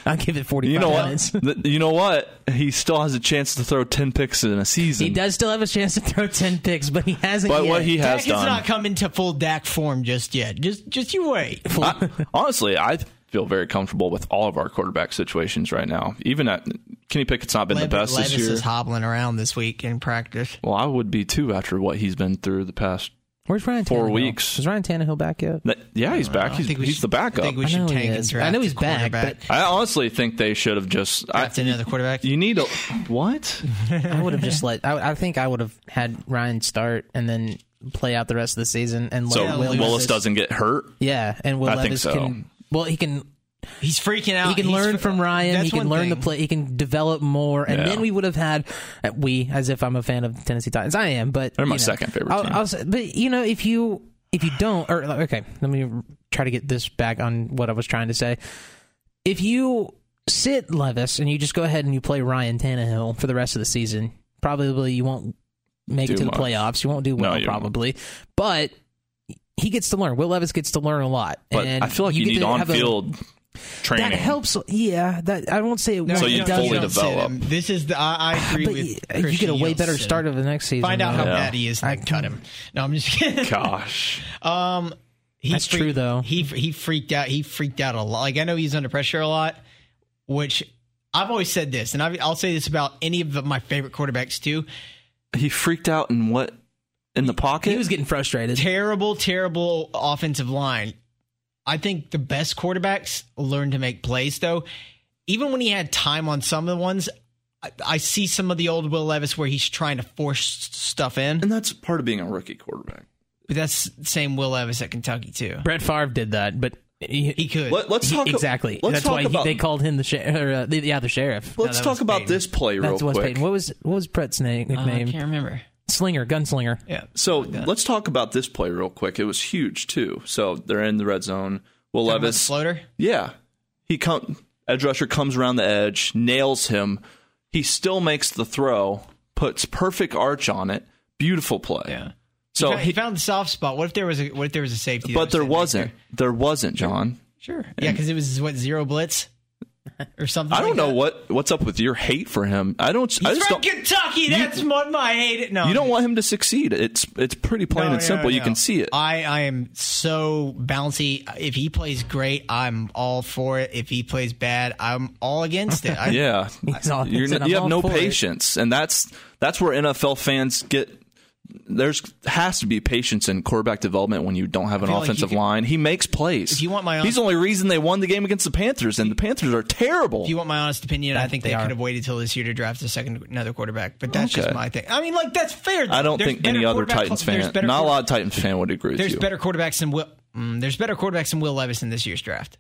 Speaker 2: I'll give it forty-five
Speaker 3: You know what?
Speaker 2: minutes.
Speaker 3: Th- you know what? He still has a chance to throw ten picks in a season.
Speaker 2: He does still have a chance to throw ten picks, but he hasn't.
Speaker 3: But
Speaker 2: yet.
Speaker 3: what he has
Speaker 1: Dak
Speaker 3: done
Speaker 1: is not coming to full Dak form just yet. Just, just you wait.
Speaker 3: I, honestly, I feel very comfortable with all of our quarterback situations right now. Even at Kenny Pickett's not been the
Speaker 1: Levis
Speaker 3: best this year.
Speaker 1: is hobbling around this week in practice.
Speaker 3: well, I would be too after what he's been through the past.
Speaker 2: Where's Ryan?
Speaker 3: Four
Speaker 2: Tannehill?
Speaker 3: weeks.
Speaker 2: Is Ryan Tannehill back yet?
Speaker 3: That, yeah, he's back. He's,
Speaker 1: think we
Speaker 3: he's
Speaker 1: should-
Speaker 3: the
Speaker 1: I
Speaker 3: backup.
Speaker 1: think we
Speaker 3: I,
Speaker 1: should
Speaker 2: know he
Speaker 1: tank and
Speaker 2: is.
Speaker 1: draft
Speaker 2: I know he's
Speaker 1: a
Speaker 2: back,
Speaker 1: quarterback.
Speaker 2: but-
Speaker 3: honestly think they should have just. I,
Speaker 1: draft another quarterback.
Speaker 3: you need a what?
Speaker 2: I would have just let. I, I think I would have had Ryan start and then play out the rest of the season and let
Speaker 3: So
Speaker 1: Yeah,
Speaker 2: Will
Speaker 1: Levis
Speaker 3: Willis
Speaker 1: is-
Speaker 3: doesn't get hurt.
Speaker 2: Yeah, and Will
Speaker 3: I think
Speaker 2: Levis
Speaker 3: so.
Speaker 2: can. Well, he can.
Speaker 1: He's freaking out.
Speaker 2: He can
Speaker 1: He's
Speaker 2: learn
Speaker 1: fr-
Speaker 2: from Ryan.
Speaker 1: That's
Speaker 2: He
Speaker 1: one
Speaker 2: can learn the
Speaker 1: thing.
Speaker 2: play. He can develop more, and
Speaker 3: Yeah.
Speaker 2: then we would have had uh, we as if I'm a fan of the Tennessee Titans. I am, but
Speaker 3: They're my
Speaker 2: you know,
Speaker 3: second favorite
Speaker 2: I'll-
Speaker 3: team.
Speaker 2: I'll say- but you know, if you if you don't, or like, okay, let me try to get this back on what I was trying to say. If you sit Levis and you just go ahead and you play Ryan Tannehill for the rest of the season, probably you won't make
Speaker 3: Do
Speaker 2: it to
Speaker 3: much.
Speaker 2: the playoffs. You won't do well,
Speaker 3: you won't.
Speaker 2: probably, but. He gets to learn. Will Levis gets to learn a lot,
Speaker 3: But
Speaker 2: and
Speaker 3: I feel like you,
Speaker 2: get
Speaker 3: need
Speaker 2: to have a-
Speaker 3: on field training.
Speaker 2: that helps. Yeah, that I won't say it. won't.
Speaker 3: So
Speaker 1: No,
Speaker 3: you
Speaker 1: no,
Speaker 2: It does
Speaker 3: fully
Speaker 1: don't
Speaker 2: help,
Speaker 1: sit
Speaker 3: develop.
Speaker 1: him. This is the I, I agree
Speaker 2: but
Speaker 1: with.
Speaker 2: you, you
Speaker 1: Christian
Speaker 2: get a way better
Speaker 1: Nielsen.
Speaker 2: start of the next season.
Speaker 1: Find out how
Speaker 2: though.
Speaker 1: bad he is. and cut him. No, I'm just kidding.
Speaker 3: Gosh,
Speaker 1: Um, he
Speaker 2: That's
Speaker 1: freaked-
Speaker 2: true, though.
Speaker 1: He he freaked out. He freaked out a lot. Like I know he's under pressure a lot, which I've always said this, and I've, I'll say this about any of my favorite quarterbacks too.
Speaker 3: he freaked out in what in the pocket.
Speaker 2: He was getting frustrated.
Speaker 1: Terrible, terrible offensive line. I think the best quarterbacks learn to make plays though. Even when he had time on some of the ones, I, I see some of the old Will Levis where he's trying to force stuff in.
Speaker 3: and that's part of being a rookie quarterback.
Speaker 1: But that's the same Will Levis at Kentucky too.
Speaker 2: Brett Favre did that, but he,
Speaker 1: He could.
Speaker 3: Let, us
Speaker 2: he-
Speaker 3: talk
Speaker 2: exactly.
Speaker 3: Let's
Speaker 2: That's
Speaker 3: talk
Speaker 2: why he,
Speaker 3: about,
Speaker 2: they called him the sheriff. Or, uh, the, yeah, the sheriff. Oh,
Speaker 3: Let's
Speaker 1: that
Speaker 3: talk
Speaker 1: was
Speaker 3: about
Speaker 1: Peyton.
Speaker 3: this play real
Speaker 2: That's Wes
Speaker 3: quick.
Speaker 2: Payton. What was what was Brett's name?
Speaker 1: Uh, I
Speaker 2: Nickname?
Speaker 1: can't remember.
Speaker 2: Slinger, gunslinger.
Speaker 1: Yeah.
Speaker 3: So let's talk about this play real quick. It was huge too. So they're in the red zone. Will
Speaker 1: Levis
Speaker 3: Levis,
Speaker 1: floater.
Speaker 3: yeah, he come edge rusher comes around the edge, nails him. He still makes the throw, puts perfect arch on it. Beautiful play.
Speaker 1: Yeah.
Speaker 3: So
Speaker 1: Found- he
Speaker 3: Oh, he,
Speaker 1: found the soft spot. What if there was a what if there was a safety? that
Speaker 3: but there
Speaker 1: sitting back
Speaker 3: wasn't. There wasn't John.
Speaker 1: Sure. Yeah, because it was what zero blitz or something.
Speaker 3: I don't
Speaker 1: like
Speaker 3: know
Speaker 1: that.
Speaker 3: what what's up with your hate for him. I don't. I
Speaker 1: He's
Speaker 3: just
Speaker 1: from
Speaker 3: don't.
Speaker 1: Kentucky. That's what my hate. it- No,
Speaker 3: You don't want him to succeed. It's it's pretty plain
Speaker 1: No,
Speaker 3: and
Speaker 1: no,
Speaker 3: simple. You
Speaker 1: no.
Speaker 3: can see it.
Speaker 1: I I am so bouncy. If he plays great, I'm all for it. If he plays bad, I'm all against it. I,
Speaker 3: Yeah,
Speaker 2: He's all-
Speaker 3: You're-
Speaker 2: he's in a
Speaker 3: you have
Speaker 2: ball
Speaker 3: no
Speaker 2: for it.
Speaker 3: patience, and that's that's where NFL fans get. There's has to be patience in quarterback development when you don't have an
Speaker 1: feel like
Speaker 3: offensive
Speaker 1: you could-
Speaker 3: line. He makes plays. If
Speaker 1: you want my own-
Speaker 3: he's the only reason they won the game against the Panthers, and the Panthers are terrible.
Speaker 1: If you want my honest opinion, I think
Speaker 2: they
Speaker 1: they,
Speaker 2: are.
Speaker 1: could have waited till this year to draft a second another quarterback. But that's
Speaker 3: Okay.
Speaker 1: just my thing. I mean, like that's fair.
Speaker 3: I don't
Speaker 1: There's
Speaker 3: think
Speaker 1: better
Speaker 3: any other
Speaker 1: quarterback-
Speaker 3: Titans
Speaker 1: there's
Speaker 3: fan,
Speaker 1: better
Speaker 3: not a
Speaker 1: quarter-
Speaker 3: lot of Titans fan, would agree with
Speaker 1: There's
Speaker 3: you.
Speaker 1: better quarterbacks than Will. Mm, there's better quarterbacks than Will Levis in this year's draft.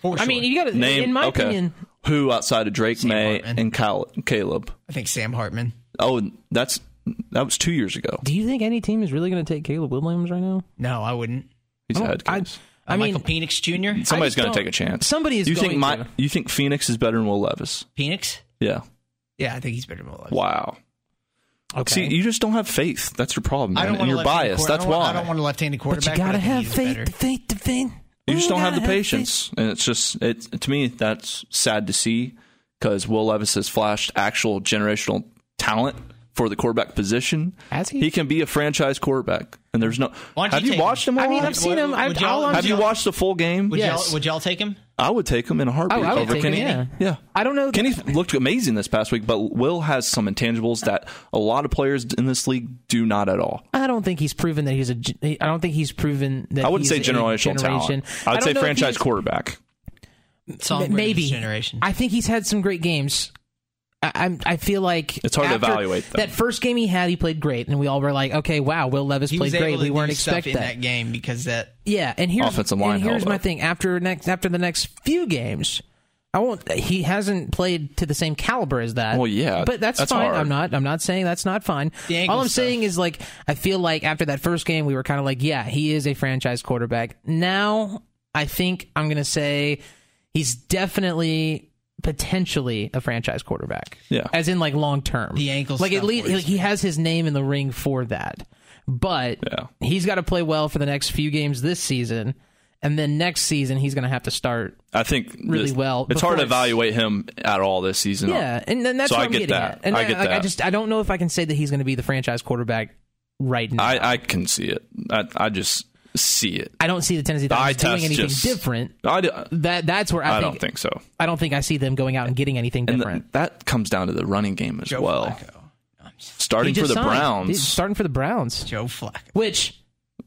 Speaker 1: For
Speaker 2: I mean,
Speaker 1: sure.
Speaker 2: you got to.
Speaker 3: Name
Speaker 2: In my
Speaker 3: okay.
Speaker 2: opinion,
Speaker 3: Who outside of Drake May
Speaker 1: Hartman.
Speaker 3: and Kyle, Caleb?
Speaker 1: I think Sam Hartman.
Speaker 3: Oh, that's that was two years ago.
Speaker 2: do you think any team is really going to take Caleb Williams right now?
Speaker 1: No, I wouldn't.
Speaker 3: He's had
Speaker 2: Oh, I,
Speaker 3: games.
Speaker 2: I
Speaker 1: Uh,
Speaker 2: mean,
Speaker 1: Michael Penix Jr.
Speaker 3: Somebody's
Speaker 2: just
Speaker 3: going
Speaker 2: don't-
Speaker 3: to take a chance.
Speaker 2: somebody is
Speaker 3: You think
Speaker 2: going
Speaker 3: my?
Speaker 2: to.
Speaker 3: You think Phoenix is better than Will Levis?
Speaker 1: Penix.
Speaker 3: Yeah.
Speaker 1: Yeah, I think he's better than Will Levis.
Speaker 3: Wow.
Speaker 2: okay.
Speaker 3: See, you just don't have faith. That's your problem.
Speaker 1: I
Speaker 3: Man.
Speaker 1: don't
Speaker 3: and
Speaker 1: want
Speaker 3: you're biased. That's
Speaker 1: I don't
Speaker 3: why.
Speaker 1: Want, I don't want a left-handed
Speaker 2: but
Speaker 1: quarterback.
Speaker 2: you got to
Speaker 1: I think
Speaker 2: have
Speaker 1: he's
Speaker 2: faith,
Speaker 1: better.
Speaker 2: the faith, the faith.
Speaker 3: You just
Speaker 2: Ooh,
Speaker 3: don't have
Speaker 2: gotta
Speaker 3: the
Speaker 2: faith.
Speaker 3: patience, and it's just it to me that's sad to see because Will Levis has flashed actual generational talent for the quarterback position.
Speaker 2: Has he?
Speaker 3: He can be a franchise quarterback, and there's no.
Speaker 1: Why don't
Speaker 3: Have
Speaker 1: you
Speaker 3: you,
Speaker 1: take
Speaker 3: watched him?
Speaker 1: him?
Speaker 3: a
Speaker 2: I mean,
Speaker 3: lot?
Speaker 2: I've seen him. I've,
Speaker 1: Would y'all-
Speaker 2: all I'm
Speaker 1: I've
Speaker 3: have you
Speaker 1: y'all-
Speaker 3: watched the full game?
Speaker 1: Would
Speaker 2: Yes.
Speaker 1: y'all would y'all take him?
Speaker 3: I would take him in a heartbeat
Speaker 2: Oh, I would
Speaker 3: over
Speaker 2: take him,
Speaker 3: Kenny.
Speaker 2: yeah.
Speaker 3: yeah,
Speaker 2: I don't know that-
Speaker 3: Kenny looked amazing this past week, but Will has some intangibles that a lot of players in this league do not at all.
Speaker 2: I don't think he's proven that he's a. gen- I don't think he's proven that.
Speaker 3: I wouldn't say
Speaker 2: he's a
Speaker 3: generational
Speaker 2: generation.
Speaker 3: talent. I would
Speaker 2: don't
Speaker 3: say
Speaker 2: know if
Speaker 3: franchise
Speaker 2: he's-
Speaker 3: quarterback.
Speaker 1: Songbird of
Speaker 2: maybe
Speaker 1: this generation.
Speaker 2: I think he's had some great games. I, I'm. I feel like
Speaker 3: It's hard to
Speaker 2: after
Speaker 3: evaluate, though.
Speaker 2: That first game he had, he played great, and we all were like, "Okay, wow, Will Levis
Speaker 1: he
Speaker 2: played
Speaker 1: was able
Speaker 2: great.
Speaker 1: to
Speaker 2: We
Speaker 1: do
Speaker 2: weren't
Speaker 1: stuff
Speaker 2: expecting
Speaker 1: in that game because that
Speaker 2: Yeah, and here's
Speaker 3: Offensive line
Speaker 2: And here's
Speaker 3: held
Speaker 2: my
Speaker 3: up.
Speaker 2: thing. After next, after the next few games, I won't. He hasn't played to the same caliber as that.
Speaker 3: Well, yeah,
Speaker 2: but that's,
Speaker 3: that's
Speaker 2: fine.
Speaker 3: hard.
Speaker 2: I'm not. I'm not saying that's not fine.
Speaker 1: The ankle
Speaker 2: All I'm
Speaker 1: stuff.
Speaker 2: saying is like I feel like after that first game, we were kind of like, yeah, he is a franchise quarterback. Now I think I'm gonna say he's definitely potentially a franchise quarterback.
Speaker 3: Yeah.
Speaker 2: as in like long term.
Speaker 1: The ankle
Speaker 2: like at
Speaker 1: stuff
Speaker 2: least
Speaker 1: worries
Speaker 2: like, he has his name in the ring for that. But
Speaker 3: Yeah.
Speaker 2: he's got to play well for the next few games this season, and then next season he's going to have to start.
Speaker 3: I think
Speaker 2: really
Speaker 3: this-
Speaker 2: well
Speaker 3: It's hard to
Speaker 2: before it's-
Speaker 3: evaluate him at all this season.
Speaker 2: Yeah, and then that's
Speaker 3: Oh. So
Speaker 2: what
Speaker 3: I
Speaker 2: I'm
Speaker 3: get
Speaker 2: getting
Speaker 3: that.
Speaker 2: at. And
Speaker 3: I get
Speaker 2: like, I
Speaker 3: that.
Speaker 2: just I don't know if I can say that he's going to be the franchise quarterback right now. I,
Speaker 3: I, I can see it. I, I just see it.
Speaker 2: don't see the Tennessee
Speaker 3: The eye
Speaker 2: Titans doing
Speaker 3: test
Speaker 2: anything
Speaker 3: just-
Speaker 2: different.
Speaker 3: I, d-
Speaker 2: That that's where I,
Speaker 3: I
Speaker 2: think,
Speaker 3: don't think so.
Speaker 2: I don't think I see them going out and getting anything
Speaker 3: And
Speaker 2: different.
Speaker 3: th- that comes down to the running game as
Speaker 1: Joe
Speaker 3: well.
Speaker 1: Flacco. I'm just-
Speaker 3: Starting
Speaker 2: He
Speaker 3: for
Speaker 2: just
Speaker 3: the
Speaker 2: signed.
Speaker 3: Browns,
Speaker 2: He's starting for the Browns.
Speaker 1: Joe Flacco.
Speaker 2: Which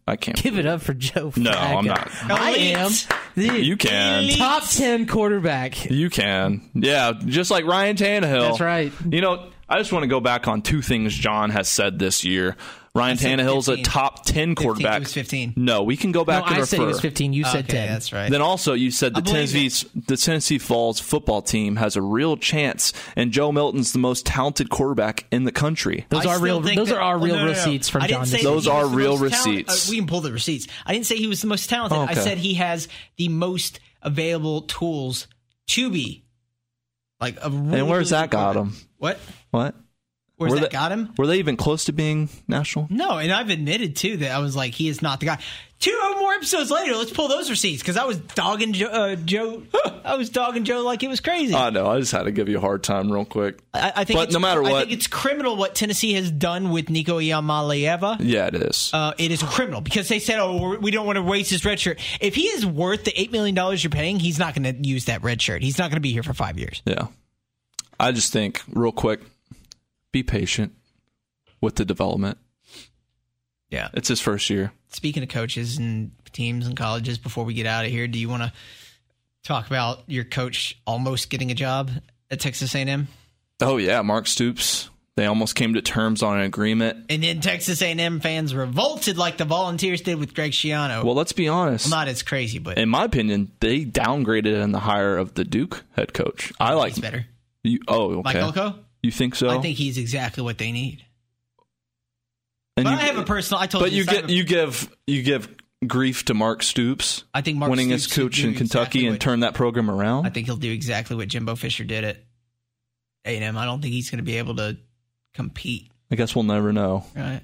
Speaker 3: I can't.
Speaker 2: give it up for Joe.
Speaker 3: No,
Speaker 2: Flacco.
Speaker 3: I'm not.
Speaker 2: I am
Speaker 1: Elite.
Speaker 2: the
Speaker 3: You can.
Speaker 1: Elite.
Speaker 2: top ten quarterback.
Speaker 3: You can. Yeah, just like Ryan Tannehill.
Speaker 2: That's right.
Speaker 3: You know, I just want to go back on two things John has said this year. Ryan
Speaker 1: said
Speaker 3: Tannehill's a
Speaker 1: 15.
Speaker 3: top ten quarterback.
Speaker 1: was 15.
Speaker 3: No, we can go
Speaker 2: No,
Speaker 3: back and
Speaker 2: I
Speaker 3: refer.
Speaker 2: said he was 15. You said
Speaker 1: okay,
Speaker 2: 10.
Speaker 1: that's right.
Speaker 3: Then also, you said the
Speaker 1: believe
Speaker 3: Tennessee the Tennessee Falls football team has a real chance, and Joe Milton's the most talented quarterback in the country.
Speaker 2: Those
Speaker 1: I
Speaker 2: are
Speaker 1: still
Speaker 2: real.
Speaker 1: think
Speaker 2: Those
Speaker 1: that-
Speaker 2: are our
Speaker 1: oh, no,
Speaker 2: real
Speaker 1: no, no.
Speaker 2: receipts from
Speaker 1: I didn't
Speaker 2: John.
Speaker 1: say
Speaker 2: This
Speaker 1: that
Speaker 3: Those
Speaker 1: he was
Speaker 3: are
Speaker 1: the
Speaker 3: real
Speaker 1: most talented- uh,
Speaker 3: receipts.
Speaker 1: we can pull the receipts. I didn't say he was the most talented. I
Speaker 3: Okay.
Speaker 1: said he has the most available tools to be like a. Really,
Speaker 3: And where's
Speaker 1: really
Speaker 3: that
Speaker 1: good
Speaker 3: got
Speaker 1: quarterback.
Speaker 3: him?
Speaker 1: What?
Speaker 3: What?
Speaker 1: Where's
Speaker 3: Were
Speaker 1: that
Speaker 3: they-
Speaker 1: got him?
Speaker 3: Were they even close to being national?
Speaker 1: No, and I've admitted too that I was like, he is not the guy. Two more episodes later, let's pull those receipts because I was dogging Joe. Uh, Joe I was dogging Joe like it was crazy.
Speaker 3: I know. I just had to give you a hard time real quick.
Speaker 1: I, I think,
Speaker 3: Uh, but
Speaker 1: it's-
Speaker 3: no matter
Speaker 1: I
Speaker 3: what-
Speaker 1: think it's criminal what Tennessee has done with Nico Yamalieva.
Speaker 3: Yeah, it is.
Speaker 1: Uh, it is criminal because they said, "Oh, we're- we don't want to waste his red shirt." If he is worth the eight million dollars you're paying, he's not going to use that red shirt. He's not going to be here for five years.
Speaker 3: yeah. I just think real quick, be patient with the development.
Speaker 1: Yeah.
Speaker 3: It's his first year.
Speaker 1: Speaking of coaches and teams and colleges, before we get out of here, do you want to talk about your coach almost getting a job at Texas A&M,
Speaker 3: Oh yeah, Mark Stoops. They almost came to terms on an agreement.
Speaker 1: and then Texas A&M fans revolted like the Volunteers did with Greg Schiano?
Speaker 3: Well, let's be honest.
Speaker 1: not as crazy, but
Speaker 3: in my opinion, they downgraded in the hire of the Duke head coach. I like
Speaker 1: he's better.
Speaker 3: you. Oh, okay.
Speaker 1: Mike Elko,
Speaker 3: You think so?
Speaker 1: I think he's exactly what they need.
Speaker 3: And
Speaker 1: But
Speaker 3: you-
Speaker 1: I have a personal. I told
Speaker 3: But you
Speaker 1: this, I have
Speaker 3: get
Speaker 1: a-
Speaker 3: you give you give grief to Mark Stoops.
Speaker 1: I think Mark
Speaker 3: winning his
Speaker 1: Stoops would
Speaker 3: coach
Speaker 1: do
Speaker 3: in Kentucky
Speaker 1: exactly
Speaker 3: and
Speaker 1: what-
Speaker 3: turn that program around.
Speaker 1: I think he'll do exactly what Jimbo Fisher did at A&M. I don't think he's going to be able to compete.
Speaker 3: I guess we'll never know.
Speaker 1: Right?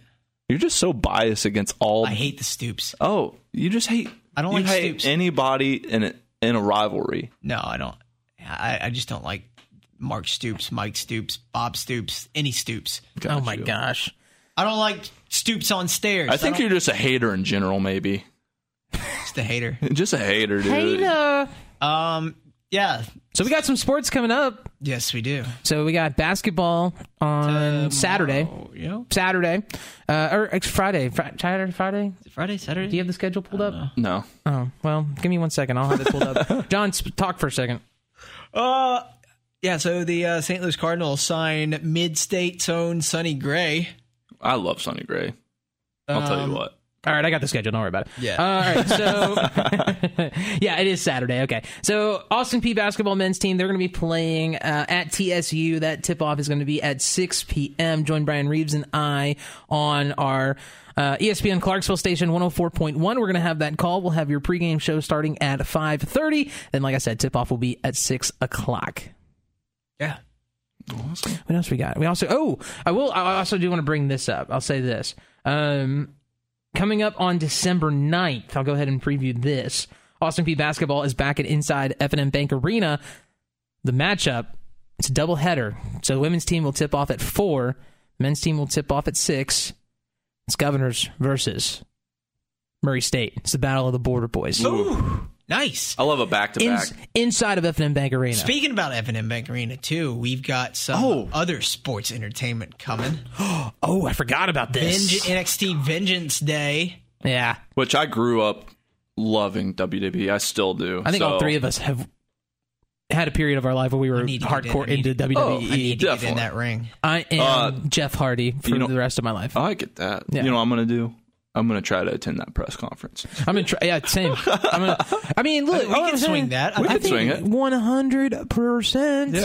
Speaker 3: You're just so biased against all.
Speaker 1: I hate the Stoops.
Speaker 3: oh, you just hate.
Speaker 1: I don't
Speaker 3: you
Speaker 1: like
Speaker 3: hate
Speaker 1: Stoops.
Speaker 3: anybody in a, in a rivalry.
Speaker 1: No, I don't. I, I just don't like Mark Stoops, Mike Stoops, Bob Stoops, any Stoops.
Speaker 2: oh
Speaker 3: Got
Speaker 2: my
Speaker 3: you.
Speaker 2: gosh.
Speaker 1: I don't like Stoops on stairs.
Speaker 3: I think
Speaker 1: don't-
Speaker 3: you're just a hater in general, maybe.
Speaker 1: just a hater.
Speaker 3: Just a hater, dude.
Speaker 2: Hater.
Speaker 1: Um, yeah,
Speaker 2: uh, So we got some sports coming up.
Speaker 1: yes, we do.
Speaker 2: So we got basketball on Saturday.
Speaker 1: Tomorrow, you know,
Speaker 2: Saturday, uh, or it's Friday. Fri- Saturday, Friday.
Speaker 1: is it Friday, Saturday.
Speaker 2: Do you have the schedule pulled up?
Speaker 3: No.
Speaker 2: Oh well, give me one second. I'll have it pulled up. John, sp- talk for a second.
Speaker 1: Uh, yeah. So the uh, St. Louis Cardinals sign mid-state's own Sonny Gray.
Speaker 2: Um,
Speaker 3: I love Sonny Gray. I'll tell you what.
Speaker 2: All right, I got the schedule. Don't worry about it. Uh,
Speaker 4: Yeah.
Speaker 2: all right. So, yeah, it is Saturday. Okay. So, Austin P basketball men's team, they're going to be playing uh, at TSU. That tip off is going to be at 6 p.m. Join Brian Reeves and I on our uh, ESPN Clarksville station 104.1. We're going to have that call. We'll have your pregame show starting at 5.30. Then, like I said, tip off will be at 6 o'clock.
Speaker 1: Yeah.
Speaker 2: What else we got? We also oh, I will. I also do want to bring this up. I'll say this. Um, coming up on December 9th, I'll go ahead and preview this. Austin P basketball is back at inside F&M Bank Arena. The matchup it's a doubleheader. So the women's team will tip off at four. Men's team will tip off at six. It's Governors versus Murray State. It's the battle of the border boys.
Speaker 1: Nice.
Speaker 3: I love a back to
Speaker 2: In-
Speaker 3: back.
Speaker 2: inside of F&M Bank Arena.
Speaker 1: Speaking about F&M Bank Arena too, we've got some
Speaker 2: Oh.
Speaker 1: other sports entertainment coming.
Speaker 2: oh, I forgot about
Speaker 1: Venge-
Speaker 2: this.
Speaker 1: NXT Vengeance Day.
Speaker 2: yeah.
Speaker 3: Which I grew up loving WWE. I still do.
Speaker 2: I think all three of us have had a period of our life where we were
Speaker 1: need to get
Speaker 2: hardcore
Speaker 1: in. I need-
Speaker 2: into WWE.
Speaker 3: Oh,
Speaker 1: I need to get in
Speaker 3: Definitely.
Speaker 1: that ring.
Speaker 2: I am
Speaker 3: Uh,
Speaker 2: Jeff Hardy for
Speaker 3: you know- Uh,
Speaker 2: the rest of my life.
Speaker 3: I get that.
Speaker 2: Yeah.
Speaker 3: You know what I'm gonna do? I'm gonna try to attend that press conference.
Speaker 2: I'm gonna try. Yeah, same. I'm gonna, I mean, look,
Speaker 1: we
Speaker 2: all
Speaker 1: can
Speaker 2: I'm
Speaker 1: swing
Speaker 2: saying-
Speaker 1: that. We
Speaker 2: I
Speaker 3: can
Speaker 2: think
Speaker 3: swing it.
Speaker 2: 100. percent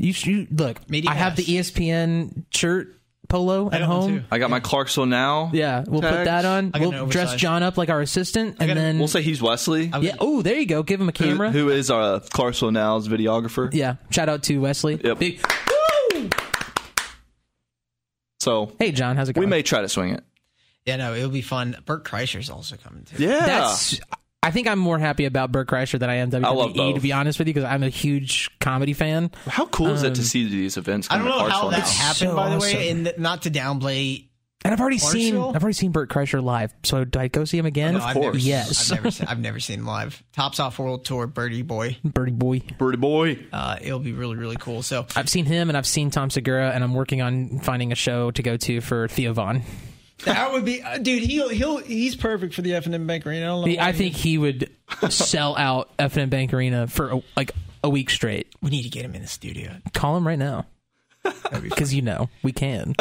Speaker 2: You, sh- you look.
Speaker 1: Media
Speaker 2: I have the E
Speaker 1: pass.
Speaker 2: ESPN shirt polo at
Speaker 1: got one,
Speaker 2: home.
Speaker 1: too.
Speaker 3: I got my Clarksville now.
Speaker 2: Yeah, we'll put
Speaker 3: Tags.
Speaker 2: that on.
Speaker 1: I got
Speaker 2: We'll
Speaker 1: an
Speaker 2: dress
Speaker 1: oversized.
Speaker 2: John up like our assistant, and
Speaker 1: got a-
Speaker 2: then
Speaker 3: We'll say he's Wesley.
Speaker 1: I was-
Speaker 2: yeah. Oh, there you go. Give him a
Speaker 3: who-
Speaker 2: camera.
Speaker 3: who is our Clarksville now's videographer.
Speaker 2: Yeah. Shout out to Wesley.
Speaker 3: Yep.
Speaker 2: Big-
Speaker 3: So
Speaker 2: Hey, John, how's it
Speaker 3: we
Speaker 2: going?
Speaker 3: may try to swing it.
Speaker 1: Yeah, no, it'll be fun. Bert Kreischer's also coming too.
Speaker 3: Yeah.
Speaker 2: That's. I think I'm more happy about Burt Kreischer than I am WWE.
Speaker 3: love both.
Speaker 2: To be honest with you, because I'm a huge comedy fan.
Speaker 3: how cool is it to see these events?
Speaker 1: I don't
Speaker 3: come to
Speaker 1: know how
Speaker 3: Clarksville
Speaker 1: that
Speaker 3: now?
Speaker 1: happened,
Speaker 2: so
Speaker 1: by the
Speaker 2: awesome.
Speaker 1: way, and th- not to downplay.
Speaker 2: And I've already seen
Speaker 1: Marshall?
Speaker 2: I've already seen Burt Kreischer live. So do I go see him again?
Speaker 1: No, uh, I've never seen-
Speaker 2: yes,
Speaker 1: I've never, seen, I've never seen him live. Tops off World Tour, Birdie Boy.
Speaker 2: Birdie Boy.
Speaker 3: Birdie boy.
Speaker 1: Uh, it'll be really, really cool. So
Speaker 2: I've seen him, and I've seen Tom Segura, and I'm working on finding a show to go to for Theo Vaughn.
Speaker 1: that would be, uh, dude. He'll he'll he's perfect for the F and M Bank Arena. I, don't know
Speaker 2: I
Speaker 1: why
Speaker 2: think he would sell out FNM Bank Arena for a, like a week straight.
Speaker 1: we need to get him in the studio.
Speaker 2: Call him right now because you know we can.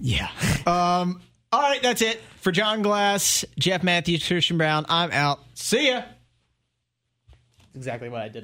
Speaker 1: Yeah. Um. All right, that's it for John Glass, Jeff Matthews, Christian Brown. I'm out. See ya.
Speaker 2: exactly what I did.